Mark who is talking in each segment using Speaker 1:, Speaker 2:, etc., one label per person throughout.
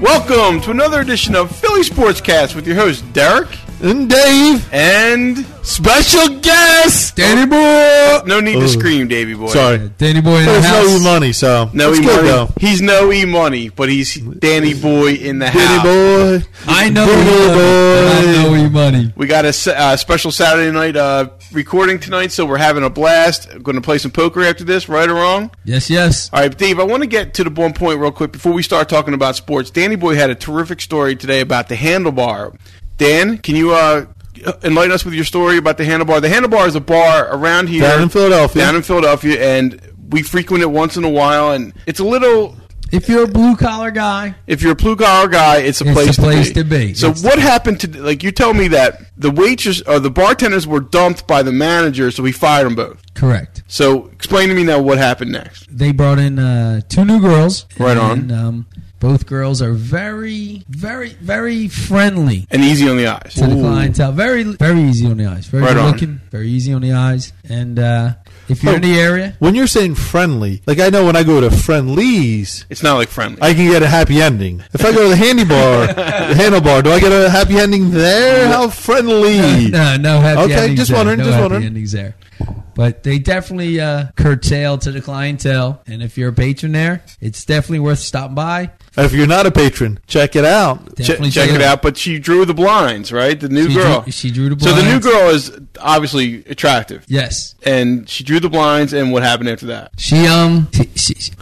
Speaker 1: Welcome to another edition of Philly Sportscast with your host Derek
Speaker 2: And Dave,
Speaker 1: and
Speaker 2: special guest, Danny Boy.
Speaker 1: no need to
Speaker 2: Ugh.
Speaker 1: scream, Davy boy.
Speaker 2: Sorry,
Speaker 3: Danny Boy in the
Speaker 2: there's no
Speaker 3: house.
Speaker 2: e money, so
Speaker 1: no
Speaker 2: let's
Speaker 1: e
Speaker 2: go,
Speaker 1: money.
Speaker 2: though.
Speaker 1: He's no e money, but he's Danny Boy in the
Speaker 2: Danny
Speaker 1: house.
Speaker 2: Boy.
Speaker 3: I know
Speaker 2: Danny
Speaker 3: E money.
Speaker 2: Boy.
Speaker 3: I know e money.
Speaker 1: We got a s- uh, special Saturday night uh, recording tonight, so we're having a blast. Going to play some poker after this, right or wrong?
Speaker 3: Yes, yes.
Speaker 1: All right, Dave, I want to get to the one point real quick before we start talking about sports. Danny Boy had a terrific story today about the handlebar. Dan, can you uh, enlighten us with your story about the handlebar? The handlebar is a bar around here.
Speaker 2: Down in Philadelphia.
Speaker 1: Down in Philadelphia, and we frequent it once in a while, and it's a little.
Speaker 3: If you're a blue collar guy,
Speaker 1: If you're a blue collar guy, it's a
Speaker 3: It's
Speaker 1: place,
Speaker 3: the place
Speaker 1: to, be.
Speaker 3: to be.
Speaker 1: So
Speaker 3: It's-
Speaker 1: what happened to like you tell me that the waitress or the bartenders were dumped by the manager, so we fired them both.
Speaker 3: correct.
Speaker 1: So explain to me now what happened next.
Speaker 3: They brought in uh, two new girls.
Speaker 1: Right
Speaker 3: and, Um, both girls are very, very, very friendly
Speaker 1: And easy on the eyes.
Speaker 3: to the clientele. Very, very easy on the eyes. Very
Speaker 1: Right
Speaker 3: good
Speaker 1: on.
Speaker 3: looking. Very easy on the eyes. And uh, if you're
Speaker 2: Oh.
Speaker 3: in the area,
Speaker 2: When you're saying friendly, like I know when I go to friendlies,
Speaker 1: It's not like friendly.
Speaker 2: I can get a happy ending. If I go to the handy bar, the handlebar, do I get a happy ending there? How friendly.
Speaker 3: no, no happy
Speaker 2: Okay,
Speaker 3: endings
Speaker 2: just
Speaker 3: there.
Speaker 2: wondering,
Speaker 3: no
Speaker 2: just
Speaker 3: happy
Speaker 2: wondering.
Speaker 3: endings there. But they definitely uh, curtail to the clientele, and if you're a patron there, it's definitely worth stopping by.
Speaker 2: If you're not a patron, check it out.
Speaker 1: Ch-
Speaker 3: Definitely
Speaker 1: check it out. But she drew the blinds, right? The new
Speaker 3: She
Speaker 1: girl.
Speaker 3: drew- she drew the
Speaker 1: So the new
Speaker 3: blinds.
Speaker 1: girl is obviously attractive,
Speaker 3: Yes,
Speaker 1: and she drew the blinds. And what happened after that?
Speaker 3: she um, she, she, she-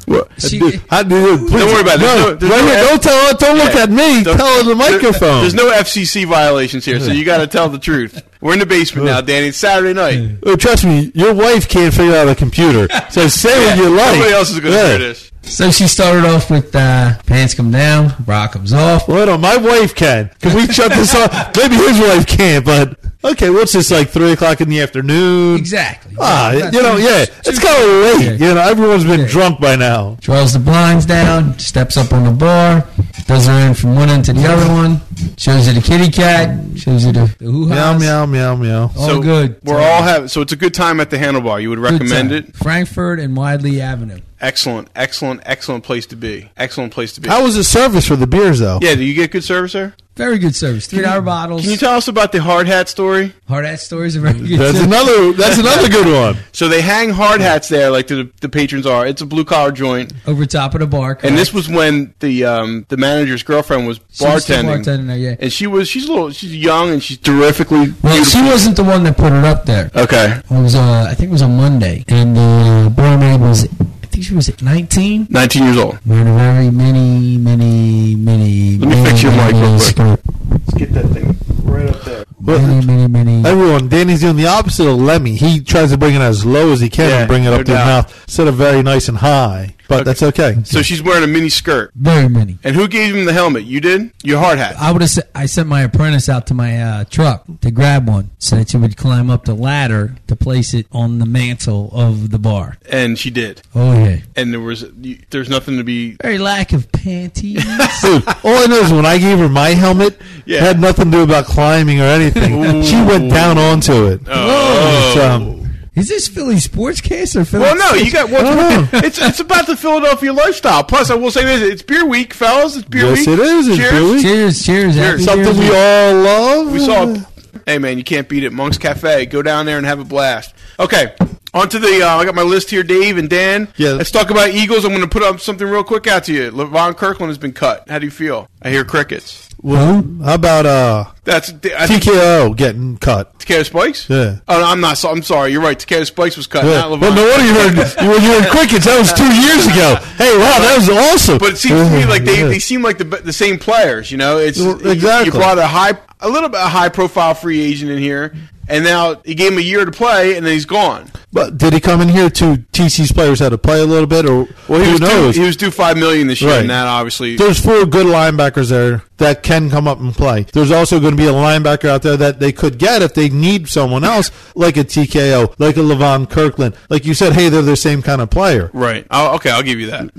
Speaker 2: Dude, how do you, please,
Speaker 1: worry about it. There's
Speaker 2: no,
Speaker 1: no- there's
Speaker 2: right
Speaker 1: no
Speaker 2: here,
Speaker 1: F-
Speaker 2: don't tell. Don't look
Speaker 1: Yeah.
Speaker 2: at me.
Speaker 1: Don't-
Speaker 2: tell the
Speaker 1: there-
Speaker 2: microphone.
Speaker 1: there's no FCC violations here, so you got to tell the truth. We're in the basement now, Danny. It's Saturday night.
Speaker 2: Oh, trust me, your wife can't figure out a computer. So say what you like.
Speaker 1: Nobody else is going to
Speaker 2: Yeah.
Speaker 1: hear this.
Speaker 3: so she started off with uh, pants come down, bra comes off.
Speaker 2: Well, no, my wife can. Can we shut this off? Maybe his wife can't, but okay, what's this like three o'clock in the afternoon?
Speaker 3: Exactly.
Speaker 2: Ah,
Speaker 3: That's-
Speaker 2: you know, yeah, it's kind of late.
Speaker 3: Yeah.
Speaker 2: You know, everyone's been
Speaker 3: Yeah.
Speaker 2: drunk by now.
Speaker 3: Draws the blinds down, steps up on the bar, does her in from one end to the other one, shows you the kitty cat, shows you the, the
Speaker 2: Meow,
Speaker 3: hoo-ha's.
Speaker 2: meow, meow, meow.
Speaker 3: All
Speaker 1: so
Speaker 3: good.
Speaker 1: We're all having. So it's a good time at the handlebar. You would
Speaker 3: Good
Speaker 1: recommend
Speaker 3: time.
Speaker 1: it.
Speaker 3: Frankfurt and Widely Avenue.
Speaker 1: Excellent, excellent, excellent place to be. Excellent place to be.
Speaker 2: How was the service for the beers, though?
Speaker 1: yeah, do you get good service there?
Speaker 3: Very good service. Three dollar bottles.
Speaker 1: Can you tell us about the hard hat story?
Speaker 3: Hard hat stories are very good.
Speaker 2: That's
Speaker 3: too.
Speaker 2: another. That's another good one.
Speaker 1: So they hang hard hats there, like the, the patrons are. It's a blue collar joint.
Speaker 3: Over top of the bar.
Speaker 1: And this
Speaker 3: correct.
Speaker 1: was when the um, the manager's girlfriend was
Speaker 3: She was still
Speaker 1: bartending,
Speaker 3: bartending there, yeah.
Speaker 1: and she was she's a little she's young and she's terrifically
Speaker 3: well,
Speaker 1: beautiful.
Speaker 3: she wasn't the one that put it up there.
Speaker 1: okay,
Speaker 3: It was uh, I think it was on Monday, and the barmaid was I think she was 19.
Speaker 1: nineteen years old.
Speaker 3: We had a very many, many, many.
Speaker 1: Let me fix your mic real quick.
Speaker 3: quick.
Speaker 1: Let's get that thing right up there.
Speaker 2: Well,
Speaker 3: Many, many, many.
Speaker 2: Everyone, Danny's doing the opposite of Lemmy. He tries to bring it as low as he can
Speaker 1: Yeah,
Speaker 2: and bring it
Speaker 1: no
Speaker 2: up to his
Speaker 1: doubt.
Speaker 2: mouth instead of very nice and high. But
Speaker 1: Okay.
Speaker 2: that's okay.
Speaker 1: So she's wearing a mini skirt,
Speaker 3: Very many.
Speaker 1: and who gave him the helmet? You did your hard hat.
Speaker 3: I would have. I sent my apprentice out to my uh, truck to grab one, so that she would climb up the ladder to place it on the mantle of the bar.
Speaker 1: and she did.
Speaker 3: Oh yeah.
Speaker 1: And there was you, there's nothing to be.
Speaker 3: Very lack of panties.
Speaker 2: Dude, all I know is when I gave her my helmet,
Speaker 1: Yeah.
Speaker 2: it had nothing to do about climbing or anything. She went down onto it. It's,
Speaker 1: Oh.
Speaker 2: um,
Speaker 3: Is this Philly sportscast or Philly?
Speaker 1: Well, no, you got
Speaker 2: I don't know.
Speaker 1: It's it's about the Philadelphia lifestyle. Plus, I will say this: it's beer week, fellas. It's beer
Speaker 2: Yes,
Speaker 1: week.
Speaker 2: it is. It's
Speaker 1: Cheers.
Speaker 2: beer week.
Speaker 3: Cheers, cheers, happy
Speaker 2: something
Speaker 3: cheers.
Speaker 2: we all love.
Speaker 1: We saw. Hey man, you can't beat it. Monk's Cafe. Go down there and have a blast. Okay, on to the. Uh, I got my list here, Dave and Dan.
Speaker 2: Yeah.
Speaker 1: Let's talk about Eagles. I'm going to put up something real quick out to you. Levon Kirkland has been cut. How do you feel? I hear crickets.
Speaker 2: Well, how about uh,
Speaker 1: That's I think
Speaker 2: TKO getting cut?
Speaker 1: Takeda Spikes.
Speaker 2: Yeah.
Speaker 1: Oh, no, I'm not. so- I'm sorry. You're right. Takeda Spikes was cut.
Speaker 2: Yeah.
Speaker 1: Not
Speaker 2: Well,
Speaker 1: Levon.
Speaker 2: no wonder you heard when you heard crickets. That was two years ago. Hey, wow, that was awesome. Oh,
Speaker 1: But it seems to me like they,
Speaker 2: Yeah.
Speaker 1: they seem like the the same players. You know, it's
Speaker 2: Well,
Speaker 1: you- You,
Speaker 2: exactly.
Speaker 1: brought a high a little bit a high profile free agent in here, and now he gave him a year to play, and then he's gone.
Speaker 2: But did he come in here to teach these players how to play a little bit, or
Speaker 1: Well, he
Speaker 2: who
Speaker 1: was
Speaker 2: knows?
Speaker 1: Due, he was due five million this year,
Speaker 2: Right.
Speaker 1: and that obviously
Speaker 2: There's four good linebackers there. that can come up and play. There's also going to be a linebacker out there that they could get if they need someone else, like a TKO, like a Levon Kirkland. Like you said, hey, they're the same kind of player.
Speaker 1: Right. I'll, okay, I'll give you that.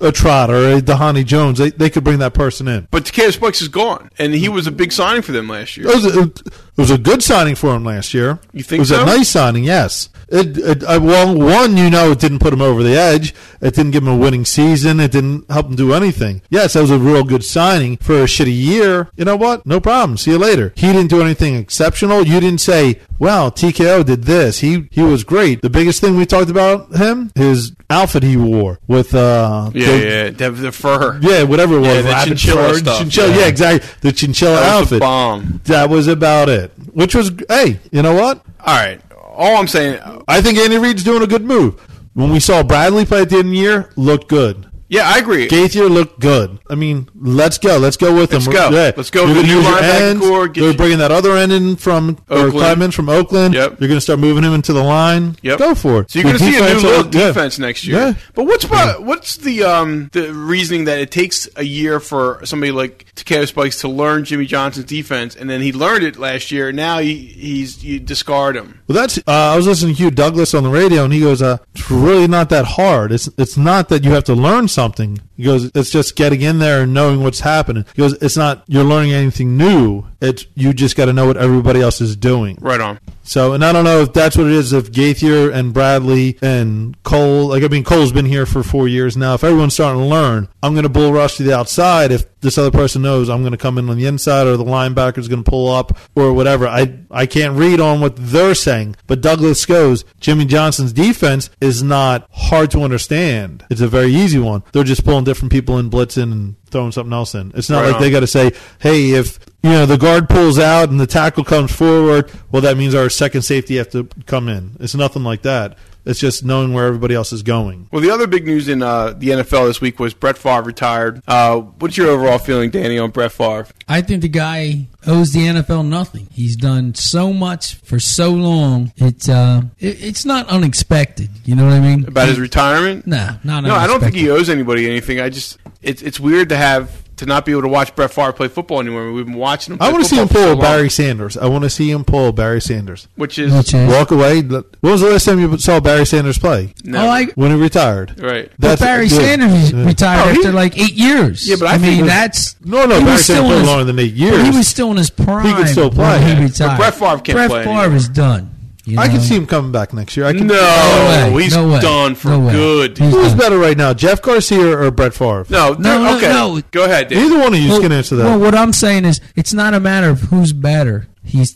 Speaker 2: A, a Trotter, a Dahani Jones, they, they could bring that person in.
Speaker 1: But Takeda Spikes is gone, and he was a big signing for them last year.
Speaker 2: It was, a, it was a good signing for him last year.
Speaker 1: You think
Speaker 2: it was
Speaker 1: so?
Speaker 2: a nice signing? Yes. It, it, uh, well, one, you know, it didn't put him over the edge. It didn't give him a winning season. It didn't help him do anything. Yes, that was a real good signing for a shitty year. You know what? No problem. See you later. He didn't do anything exceptional. You didn't say, "Wow, TKO did this. He he was great." The biggest thing we talked about him, his outfit he wore with uh,
Speaker 1: Yeah,
Speaker 2: the-
Speaker 1: yeah, the, the fur.
Speaker 2: yeah, whatever it was,
Speaker 1: Yeah, the
Speaker 2: rabbit
Speaker 1: chinchilla
Speaker 2: fur,
Speaker 1: stuff,
Speaker 2: chinchilla,
Speaker 1: yeah.
Speaker 2: yeah. exactly. The chinchilla
Speaker 1: That was
Speaker 2: outfit.
Speaker 1: the bomb.
Speaker 2: That was about it. Which was, hey, you know what?
Speaker 1: All right. All I'm saying,
Speaker 2: I think Andy Reid's doing a good move. When we saw Bradley play at the end of the year, looked good.
Speaker 1: yeah, I agree.
Speaker 2: Gaither looked good. I mean, let's go. Let's go with
Speaker 1: Let's
Speaker 2: them.
Speaker 1: go.
Speaker 2: Yeah.
Speaker 1: Let's go with
Speaker 2: You're gonna
Speaker 1: the new
Speaker 2: use your
Speaker 1: linebacker
Speaker 2: ends.
Speaker 1: core, get
Speaker 2: They're
Speaker 1: you-
Speaker 2: bringing that other end in from or
Speaker 1: Oakland.
Speaker 2: Clement from Oakland.
Speaker 1: Yep.
Speaker 2: You're going to start moving him into the line.
Speaker 1: Yep.
Speaker 2: Go for it.
Speaker 1: So you're going
Speaker 2: The
Speaker 1: to see a new
Speaker 2: defense, uh,
Speaker 1: look
Speaker 2: yeah.
Speaker 1: defense next year.
Speaker 2: Yeah.
Speaker 1: But what's about, what's the um, the reasoning that it takes a year for somebody like Takeo Spikes to learn Jimmy Johnson's defense, and then he learned it last year. Now he, he's you discard him.
Speaker 2: Well, that's. Uh, I was listening to Hugh Douglas on the radio, and he goes, uh, "It's really not that hard. It's it's not that you have to learn something. He goes, it's just getting in there and knowing what's happening. He goes, it's not you're learning anything new. It's you just got to know what everybody else is doing.
Speaker 1: Right on.
Speaker 2: So, and I don't know if that's what it is. If Gaither and Bradley and Cole, like I mean, Cole's been here for four years now. If everyone's starting to learn, I'm going to bull rush to the outside. If this other person knows, I'm going to come in on the inside, or the linebacker's going to pull up, or whatever. I I can't read on what they're saying, but Douglas goes. Jimmy Johnson's defense is not hard to understand. It's a very easy one. They're just pulling different people and blitzing and throwing something else in. It's not
Speaker 1: Right
Speaker 2: like
Speaker 1: on.
Speaker 2: they got to say, hey, if you know the guard pulls out and the tackle comes forward, well, that means our second safety have to come in. It's nothing like that. It's just knowing where everybody else is going.
Speaker 1: Well, the other big news in uh, the NFL this week was Brett Favre retired. Uh, what's your overall feeling, Danny, on Brett Favre?
Speaker 3: I think the guy owes the NFL nothing. He's done so much for so long. It's uh, it, it's not unexpected. You know what I mean?
Speaker 1: About his retirement?
Speaker 3: Nah, not
Speaker 1: No, I don't think
Speaker 3: unexpected.
Speaker 1: he owes anybody anything. I just it's it's weird to have to not be able to watch Brett Favre play football anymore. We've been watching him. Play
Speaker 2: I want to see him
Speaker 1: football for
Speaker 2: pull
Speaker 1: so long,
Speaker 2: Barry Sanders. I want to see him pull Barry Sanders.
Speaker 1: which is
Speaker 3: No chance.
Speaker 2: Walk away. When was the last time you saw Barry Sanders play?
Speaker 1: no.
Speaker 3: Oh, I like
Speaker 2: When he retired.
Speaker 1: right.
Speaker 3: But Barry
Speaker 2: yeah.
Speaker 3: Sanders is
Speaker 2: Yeah.
Speaker 3: retired
Speaker 1: Oh, he-
Speaker 3: after like eight years.
Speaker 1: Yeah, but I think
Speaker 3: mean
Speaker 1: it was-
Speaker 3: that's
Speaker 2: No, no,
Speaker 3: he
Speaker 2: Barry
Speaker 3: was still
Speaker 2: Sanders
Speaker 3: in
Speaker 2: played
Speaker 3: his-
Speaker 2: longer than eight
Speaker 3: but
Speaker 2: years.
Speaker 3: He was still in his prime.
Speaker 2: still play.
Speaker 3: When
Speaker 2: Yeah.
Speaker 3: he retired.
Speaker 1: Brett Favre can't
Speaker 3: Brett
Speaker 1: play
Speaker 3: Favre is done. you
Speaker 2: I can
Speaker 3: know?
Speaker 2: see him coming back next year. I can.
Speaker 1: No,
Speaker 3: No way,
Speaker 1: he's
Speaker 3: no way,
Speaker 1: done for
Speaker 3: no way.
Speaker 1: good.
Speaker 3: He's-
Speaker 2: Who's better right now, Jeff Garcia or Brett Favre?
Speaker 1: No,
Speaker 3: No,
Speaker 1: no,
Speaker 3: no,
Speaker 1: okay.
Speaker 3: no.
Speaker 1: Go ahead, Dan.
Speaker 2: Neither one of you
Speaker 3: Well-
Speaker 2: can answer that.
Speaker 3: Well, what I'm saying is, it's not a matter of who's better. He's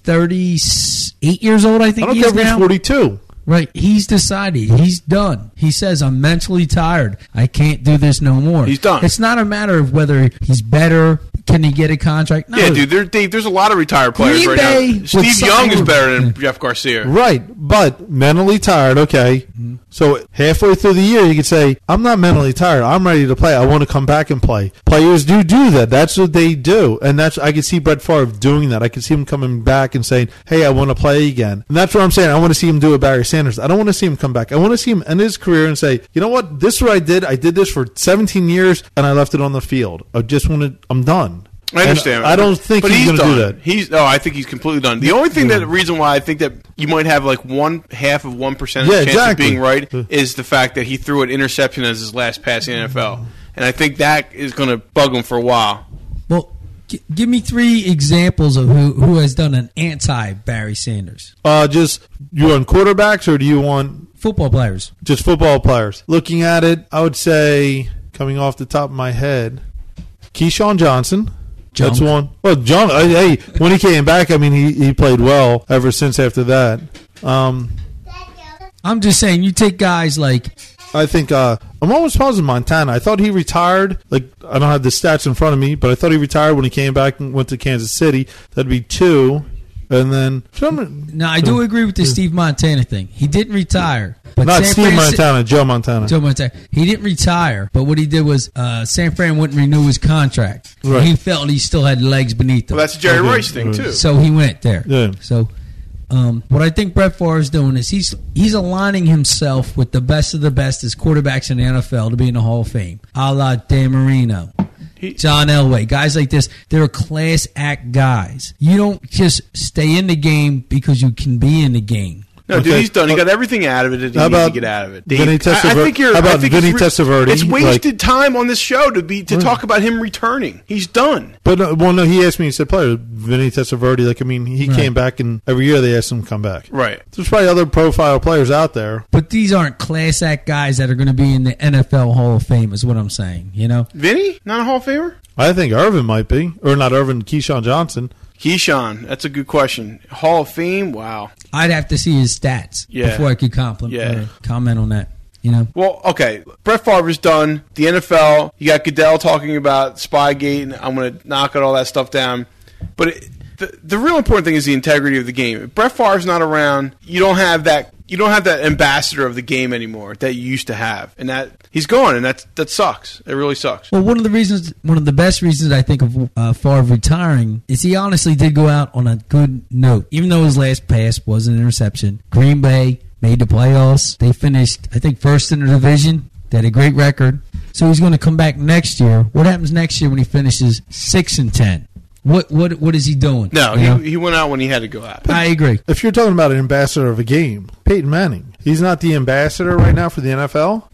Speaker 3: 38 years old, I think
Speaker 2: I don't
Speaker 3: he
Speaker 2: care
Speaker 3: is
Speaker 2: if he's
Speaker 3: now.
Speaker 2: 42.
Speaker 3: Right. He's decided. He's done. He says, I'm mentally tired. I can't do this no more.
Speaker 1: He's done.
Speaker 3: It's not a matter of whether he's better. Can he get a contract? No.
Speaker 1: Yeah, dude. There, Dave, there's a lot of retired players
Speaker 3: Green
Speaker 1: right
Speaker 3: Bay
Speaker 1: now.
Speaker 3: was
Speaker 1: Steve Young is
Speaker 3: signed-
Speaker 1: better than Jeff Garcia.
Speaker 2: Right, but mentally tired, okay.
Speaker 1: Mm-hmm.
Speaker 2: So halfway through the year, you could say, I'm not mentally tired. I'm ready to play. I want to come back and play. Players do do that. That's what they do. And that's I could see Brett Favre doing that. I could see him coming back and saying, hey, I want to play again. And that's what I'm saying. I want to see him do a Barry Sanders. I don't want to see him come back. I want to see him end his career and say, you know what? This is what I did. I did this for 17 years, and I left it on the field. I just wanted, I'm done.
Speaker 1: I understand.
Speaker 2: And I don't think
Speaker 1: but
Speaker 2: he's, going to
Speaker 1: done.
Speaker 2: do that.
Speaker 1: He's no, I think he's completely done. The only thing that the reason why I think that you might have like one half of one percent
Speaker 2: Yeah,
Speaker 1: chance
Speaker 2: exactly. Uh.
Speaker 1: of being right
Speaker 2: Yeah.
Speaker 1: is the fact that he threw an interception as his last pass in the NFL, and I think that is going to bug him for a while.
Speaker 3: Well, g- give me three examples of who, who has done an anti Barry Sanders.
Speaker 2: Uh, just you want quarterbacks or do you want
Speaker 3: Football players.
Speaker 2: just football players? Looking at it, I would say coming off the top of my head, Keyshawn Johnson. That's
Speaker 3: Junk.
Speaker 2: one. Well, John. uh, Hey, when he came back, I mean, he, he played well ever since after that. Um,
Speaker 3: I'm just saying, you take guys like
Speaker 2: I think uh, I'm almost positive Montana. I thought he retired. Like I don't have the stats in front of me, but I thought he retired when he came back and went to Kansas City. That'd be two, and then
Speaker 3: Now I do agree with the Steve Montana thing. He didn't retire, but
Speaker 2: not
Speaker 3: San
Speaker 2: Steve
Speaker 3: Fran-
Speaker 2: Montana, Joe Montana.
Speaker 3: Joe Montana. He didn't retire, but what he did was uh, San Fran wouldn't renew his contract.
Speaker 2: Right.
Speaker 3: He felt he still had legs beneath him,
Speaker 1: Well, that's a Jerry
Speaker 2: Okay.
Speaker 1: Rice thing too.
Speaker 3: so he went there.
Speaker 2: Yeah.
Speaker 3: So. Um, what I think Brett Favre is doing is he's he's aligning himself with the best of the best as quarterbacks in the NFL to be in the Hall of Fame, a la Dan Marino,
Speaker 1: He-
Speaker 3: John Elway, guys like this, they're class act guys. You don't just stay in the game because you can be in the game.
Speaker 1: No, dude,
Speaker 2: Okay. Uh,
Speaker 1: he's done. He got everything out of it that he
Speaker 2: How
Speaker 1: needed
Speaker 2: about
Speaker 1: to get out of it.
Speaker 2: Vinny
Speaker 1: I, I
Speaker 2: Testaver-
Speaker 1: think you're.
Speaker 2: how
Speaker 1: I
Speaker 2: about
Speaker 1: think it's
Speaker 2: Vinny Testaverde?
Speaker 1: It's
Speaker 2: Like-
Speaker 1: wasted time on this show to be to talk about him returning. He's done.
Speaker 2: But uh, well, no, he asked me. He said, "Player Vinny Testaverde." Like, I mean, he came back, and every year they asked him to come back.
Speaker 1: Right.
Speaker 2: There's probably other profile players out there.
Speaker 3: But these aren't class act guys that are going to be in the NFL Hall of Fame, is what I'm saying. You know,
Speaker 1: Vinny, not a Hall of Famer.
Speaker 2: I think Irvin might be, or not Irvin, Keyshawn Johnson.
Speaker 1: Keyshawn, that's a good question. Hall of Fame. Wow.
Speaker 3: I'd have to see his stats
Speaker 1: Yeah.
Speaker 3: before I could compliment
Speaker 1: Yeah.
Speaker 3: uh, comment on that. You know,
Speaker 1: Well, okay. Brett Favre's done. The NFL. You got Goodell talking about Spygate, and I'm going to knock it all that stuff down. But it, the the real important thing is the integrity of the game. If Brett Favre's not around, you don't have that. You don't have that ambassador of the game anymore that you used to have, and that he's gone, and that that sucks. It really sucks.
Speaker 3: Well, one of the reasons, one of the best reasons I think of uh, Favre retiring is he honestly did go out on a good note, even though his last pass was an interception. Green Bay made the playoffs. They finished, I think, first in the division. They had a great record. So he's going to come back next year. What happens next year when he finishes six and ten? What what what is he doing?
Speaker 1: No,
Speaker 3: You know?
Speaker 1: he, he went out when he had to go out.
Speaker 3: I agree.
Speaker 2: If you're talking about an ambassador of a game, Peyton Manning, he's not the ambassador right now for the NFL.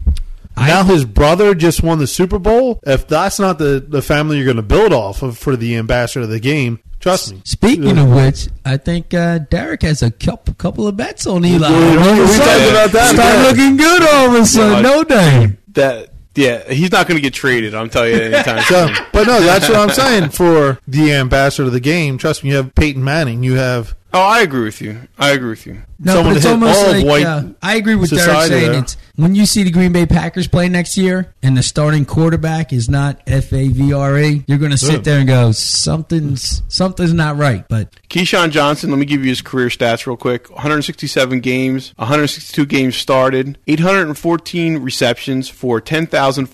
Speaker 2: now his brother just won the Super Bowl. If that's not the, the family you're going to build off of for the ambassador of the game, trust me.
Speaker 3: Speaking of which, I think uh, Derek has a couple, couple of bets on Eli.
Speaker 2: we
Speaker 1: talked about that.
Speaker 3: Start
Speaker 1: Yeah.
Speaker 3: looking good all of a sudden.
Speaker 1: Yeah.
Speaker 3: No name.
Speaker 1: That yeah, he's not going to get traded. I'm telling you anytime
Speaker 2: So,
Speaker 1: soon.
Speaker 2: but no, that's what I'm saying. For the ambassador of the game, trust me, you have Peyton Manning, you have
Speaker 1: Oh, I agree with you. I agree with you.
Speaker 3: No,
Speaker 2: someone
Speaker 3: but it's
Speaker 2: to hit
Speaker 3: almost
Speaker 2: all
Speaker 3: like
Speaker 2: white
Speaker 3: uh, I agree with Derek
Speaker 2: society
Speaker 3: saying
Speaker 2: there.
Speaker 3: it's when you see the Green Bay Packers play next year and the starting quarterback is not F A V R E, you're going to sit
Speaker 2: Yeah.
Speaker 3: there and go something's something's not right. But
Speaker 1: Keyshawn Johnson, let me give you his career stats real quick 167 games, 162 games started, 814 receptions for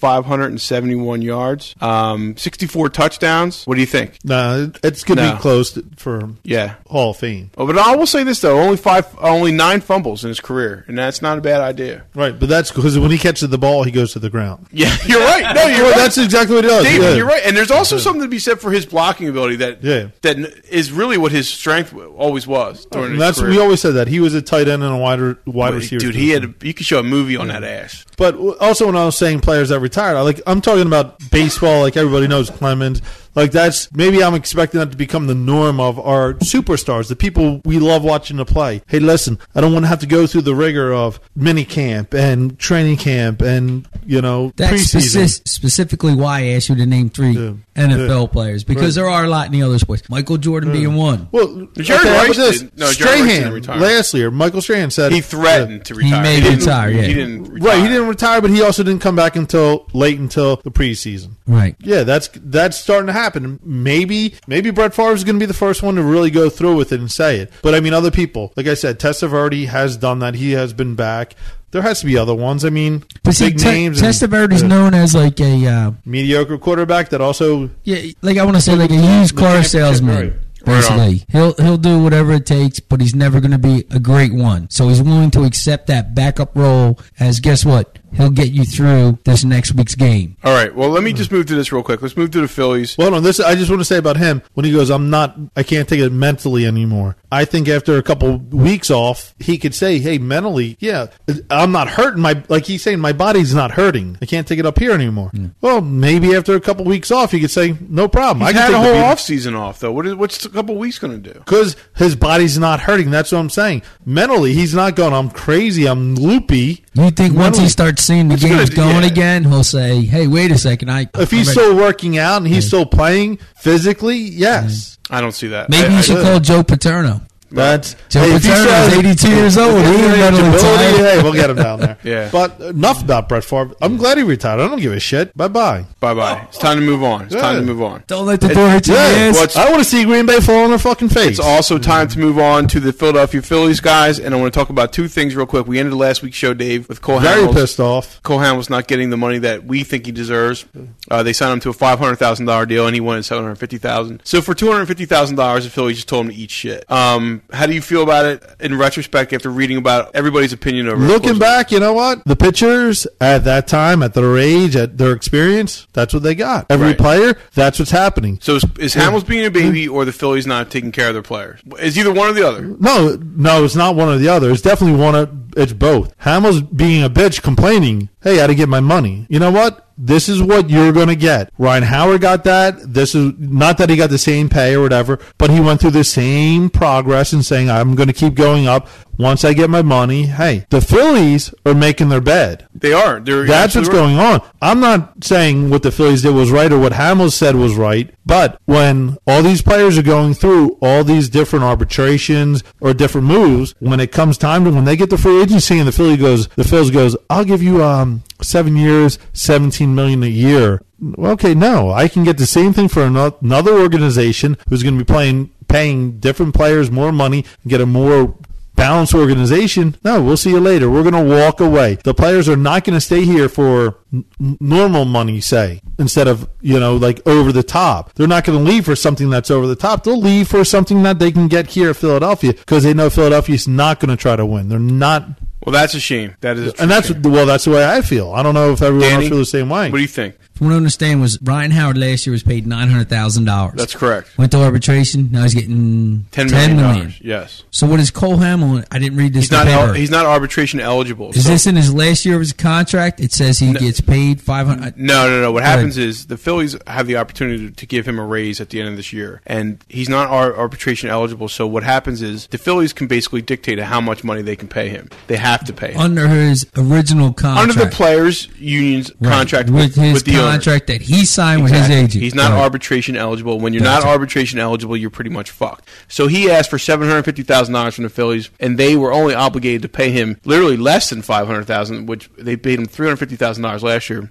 Speaker 1: 10,571 yards, um, 64 touchdowns. What do you think?
Speaker 2: nah, it's going to
Speaker 1: No.
Speaker 2: be close for
Speaker 1: Yeah.
Speaker 2: Hall of Fame.
Speaker 1: Oh, but I will say this though: only five, only nine fumbles in his career, and that's not a bad idea.
Speaker 2: Right, but that's because when he catches the ball, he goes to the ground.
Speaker 1: Yeah, you're right. No, you're
Speaker 2: Well,
Speaker 1: right.
Speaker 2: that's exactly what he does.
Speaker 1: Dave,
Speaker 2: yeah.
Speaker 1: you're right. And there's also something to be said for his blocking ability that
Speaker 2: Yeah.
Speaker 1: that is really what his strength always was during
Speaker 2: And
Speaker 1: his
Speaker 2: that's
Speaker 1: career.
Speaker 2: we always said that he was a tight end and a wide re- wide receiver.
Speaker 1: Dude, he had a, you could show a movie on that ass.
Speaker 2: But w- also, when I was saying players that retired, I like I'm talking about baseball. Like everybody knows Clemens. Like that's maybe I'm expecting that to become the norm of our superstars, the people we love watching to play. Hey, listen, I don't want to have to go through the rigor of mini camp and training camp and you know
Speaker 3: that's
Speaker 2: preseason.
Speaker 3: speci- specifically why I asked you to name three
Speaker 2: Yeah.
Speaker 3: NFL players because there are a lot in the other sports. Michael Jordan being one.
Speaker 2: Well,
Speaker 1: Jerry
Speaker 2: okay, how about
Speaker 1: Rice
Speaker 2: this?
Speaker 1: did- no, Jerry Rice didn't
Speaker 2: Strahan
Speaker 1: retire.
Speaker 2: last year, Michael Strahan said
Speaker 1: He threatened to retire.
Speaker 3: may
Speaker 1: didn't-
Speaker 3: retire, yeah.
Speaker 1: He didn't retire.
Speaker 2: Right, he didn't retire, but he also didn't come back until late until the preseason.
Speaker 3: Right.
Speaker 2: Yeah, that's that's starting to happen. Maybe maybe Brett Favre is going to be the first one to really go through with it and say it. But I mean, other people, like I said, Testaverde has done that. He has been back. There has to be other ones. I mean,
Speaker 3: But see,
Speaker 2: big
Speaker 3: Te-
Speaker 2: names. and
Speaker 3: Testaverde's
Speaker 2: a
Speaker 3: known as like a uh,
Speaker 2: mediocre quarterback that also
Speaker 3: Yeah, like I want to say, like a used car salesman.
Speaker 1: Right on.
Speaker 3: Basically, he'll he'll do whatever it takes, but he's never going to be a great one. So he's willing to accept that backup role as guess what? He'll get you through this next week's game.
Speaker 1: All right. Well, let me just move to this real quick. Let's move to the Phillies.
Speaker 2: Well, hold on. This I just want to say about him when he goes, "I'm not, I can't take it mentally anymore." I think after a couple weeks off, he could say, "Hey, mentally, yeah, I'm not hurting my like he's saying my body's not hurting. I can't take it up here anymore." Well, maybe after a couple weeks off, he could say, "No problem.
Speaker 1: I
Speaker 2: I can
Speaker 1: had
Speaker 2: take
Speaker 1: a whole
Speaker 2: the beat."
Speaker 1: offseason off, though. What is, what's a couple weeks going to do?
Speaker 2: because his body's not hurting. That's what I'm saying. Mentally, he's not going. I'm crazy. I'm loopy.
Speaker 3: You think once he
Speaker 2: Mentally-
Speaker 3: starts seeing the
Speaker 1: It's gonna
Speaker 3: game's
Speaker 1: do-
Speaker 3: going
Speaker 1: yeah.
Speaker 3: again, he'll say, "Hey, wait a second, I."
Speaker 2: if he's
Speaker 3: I'm ready."
Speaker 2: still working out and he's still playing physically, yes,
Speaker 1: I don't see that.
Speaker 3: maybe
Speaker 1: I,
Speaker 3: you should
Speaker 1: I,
Speaker 3: call Joe Paterno.
Speaker 2: that's.
Speaker 3: Joe
Speaker 2: if he
Speaker 3: Paterno's
Speaker 2: says-
Speaker 3: 82 years old. He
Speaker 2: If
Speaker 3: ain't
Speaker 2: you're
Speaker 3: mentally
Speaker 2: eligibility,
Speaker 3: tired.
Speaker 2: Hey, we'll get him down there.
Speaker 1: Yeah.
Speaker 2: But enough about Brett Favre. I'm glad he retired. I don't give a shit. Bye bye.
Speaker 1: Bye bye. It's time to move on. It's time to
Speaker 2: Yeah.
Speaker 1: move on.
Speaker 3: Don't let the door hit your
Speaker 2: Yeah.
Speaker 3: ass.
Speaker 1: Well, it's-
Speaker 2: I want to see Green Bay fall on their fucking face.
Speaker 1: It's also time to move on to the Philadelphia Phillies, guys. And I want to talk about two things real quick. We ended last week's show, Dave, with Cole
Speaker 2: very
Speaker 1: Hamels.
Speaker 2: pissed off.
Speaker 1: Cohan was not getting the money that we think he deserves.
Speaker 2: Mm-hmm.
Speaker 1: Uh, they signed him to a five hundred thousand dollar deal, and he wanted seven hundred fifty thousand. So for two hundred fifty thousand dollars, the Phillies just told him to eat shit. Um, Um, how do you feel about it in retrospect after reading about everybody's opinion over? it?
Speaker 2: Looking back, you know what? The pitchers at that time, at their age, at their experience, that's what they got. Every
Speaker 1: Right.
Speaker 2: player, that's what's happening.
Speaker 1: So is, is Hamels being a
Speaker 2: Mm-hmm.
Speaker 1: baby or the Phillies not taking care of their players? It's either one or the other.
Speaker 2: No, no, it's not one or the other. It's definitely one of it's both. Hamill's being a bitch complaining, "Hey, I had to get my money." You know what? This is what you're going to get. Ryan Howard got that. This is not that he got the same pay or whatever, but he went through the same progress and saying, "I'm going to keep going up once I get my money." Hey, the Phillies are making their bed.
Speaker 1: They are. They're
Speaker 2: That's what's
Speaker 1: absolutely right.
Speaker 2: going on. I'm not saying what the Phillies did was right or what Hamill said was right, but when all these players are going through all these different arbitrations or different moves, when it comes time to when they get the free agency and the Philly goes, the Phillies goes, I'll give you um seven years, seventeen million a year. Okay, no, I can get the same thing for ano- another organization who's going to be playing paying different players more money and get a more balanced organization. No, we'll see you later. We're going to walk away. The players are not going to stay here for n- normal money, say, instead of, you know, like over the top. They're not going to leave for something that's over the top. They'll leave for something that they can get here at Philadelphia because they know Philadelphia's not going to try to win. They're not.
Speaker 1: Well, that's a shame. That is. A true
Speaker 2: And that's,
Speaker 1: shame.
Speaker 2: well, that's the way I feel. I don't know if everyone
Speaker 1: Danny,
Speaker 2: else feels the same way.
Speaker 1: What do you think?
Speaker 3: From what I understand was Ryan Howard last year was paid nine hundred thousand dollars.
Speaker 1: That's correct.
Speaker 3: Went to arbitration. Now he's getting
Speaker 1: Ten
Speaker 3: ten
Speaker 1: million
Speaker 3: million.
Speaker 1: dollars. Yes.
Speaker 3: So what is Cole Hamill? I didn't read this.
Speaker 1: He's not.
Speaker 3: in the
Speaker 1: el-
Speaker 3: paper.
Speaker 1: he's not arbitration eligible.
Speaker 3: Is
Speaker 1: so-
Speaker 3: this in his last year of his contract? It says he gets paid five hundred.
Speaker 1: No, no, no. What
Speaker 3: Right.
Speaker 1: happens is the Phillies have the opportunity to give him a raise at the end of this year, and he's not ar- arbitration eligible. So what happens is the Phillies can basically dictate how much money they can pay him. They have to pay him
Speaker 3: under his original contract.
Speaker 1: under the players' union's
Speaker 3: Right.
Speaker 1: contract
Speaker 3: with, his
Speaker 1: the owner.
Speaker 3: contract that he signed
Speaker 1: Exactly.
Speaker 3: with his agent.
Speaker 1: He's not
Speaker 3: Right.
Speaker 1: arbitration eligible. When you're not
Speaker 3: Gotcha.
Speaker 1: arbitration eligible, you're pretty much fucked. So he asked for seven hundred fifty thousand dollars from the Phillies, and they were only obligated to pay him literally less than five hundred thousand, which they paid him three hundred fifty thousand dollars last year.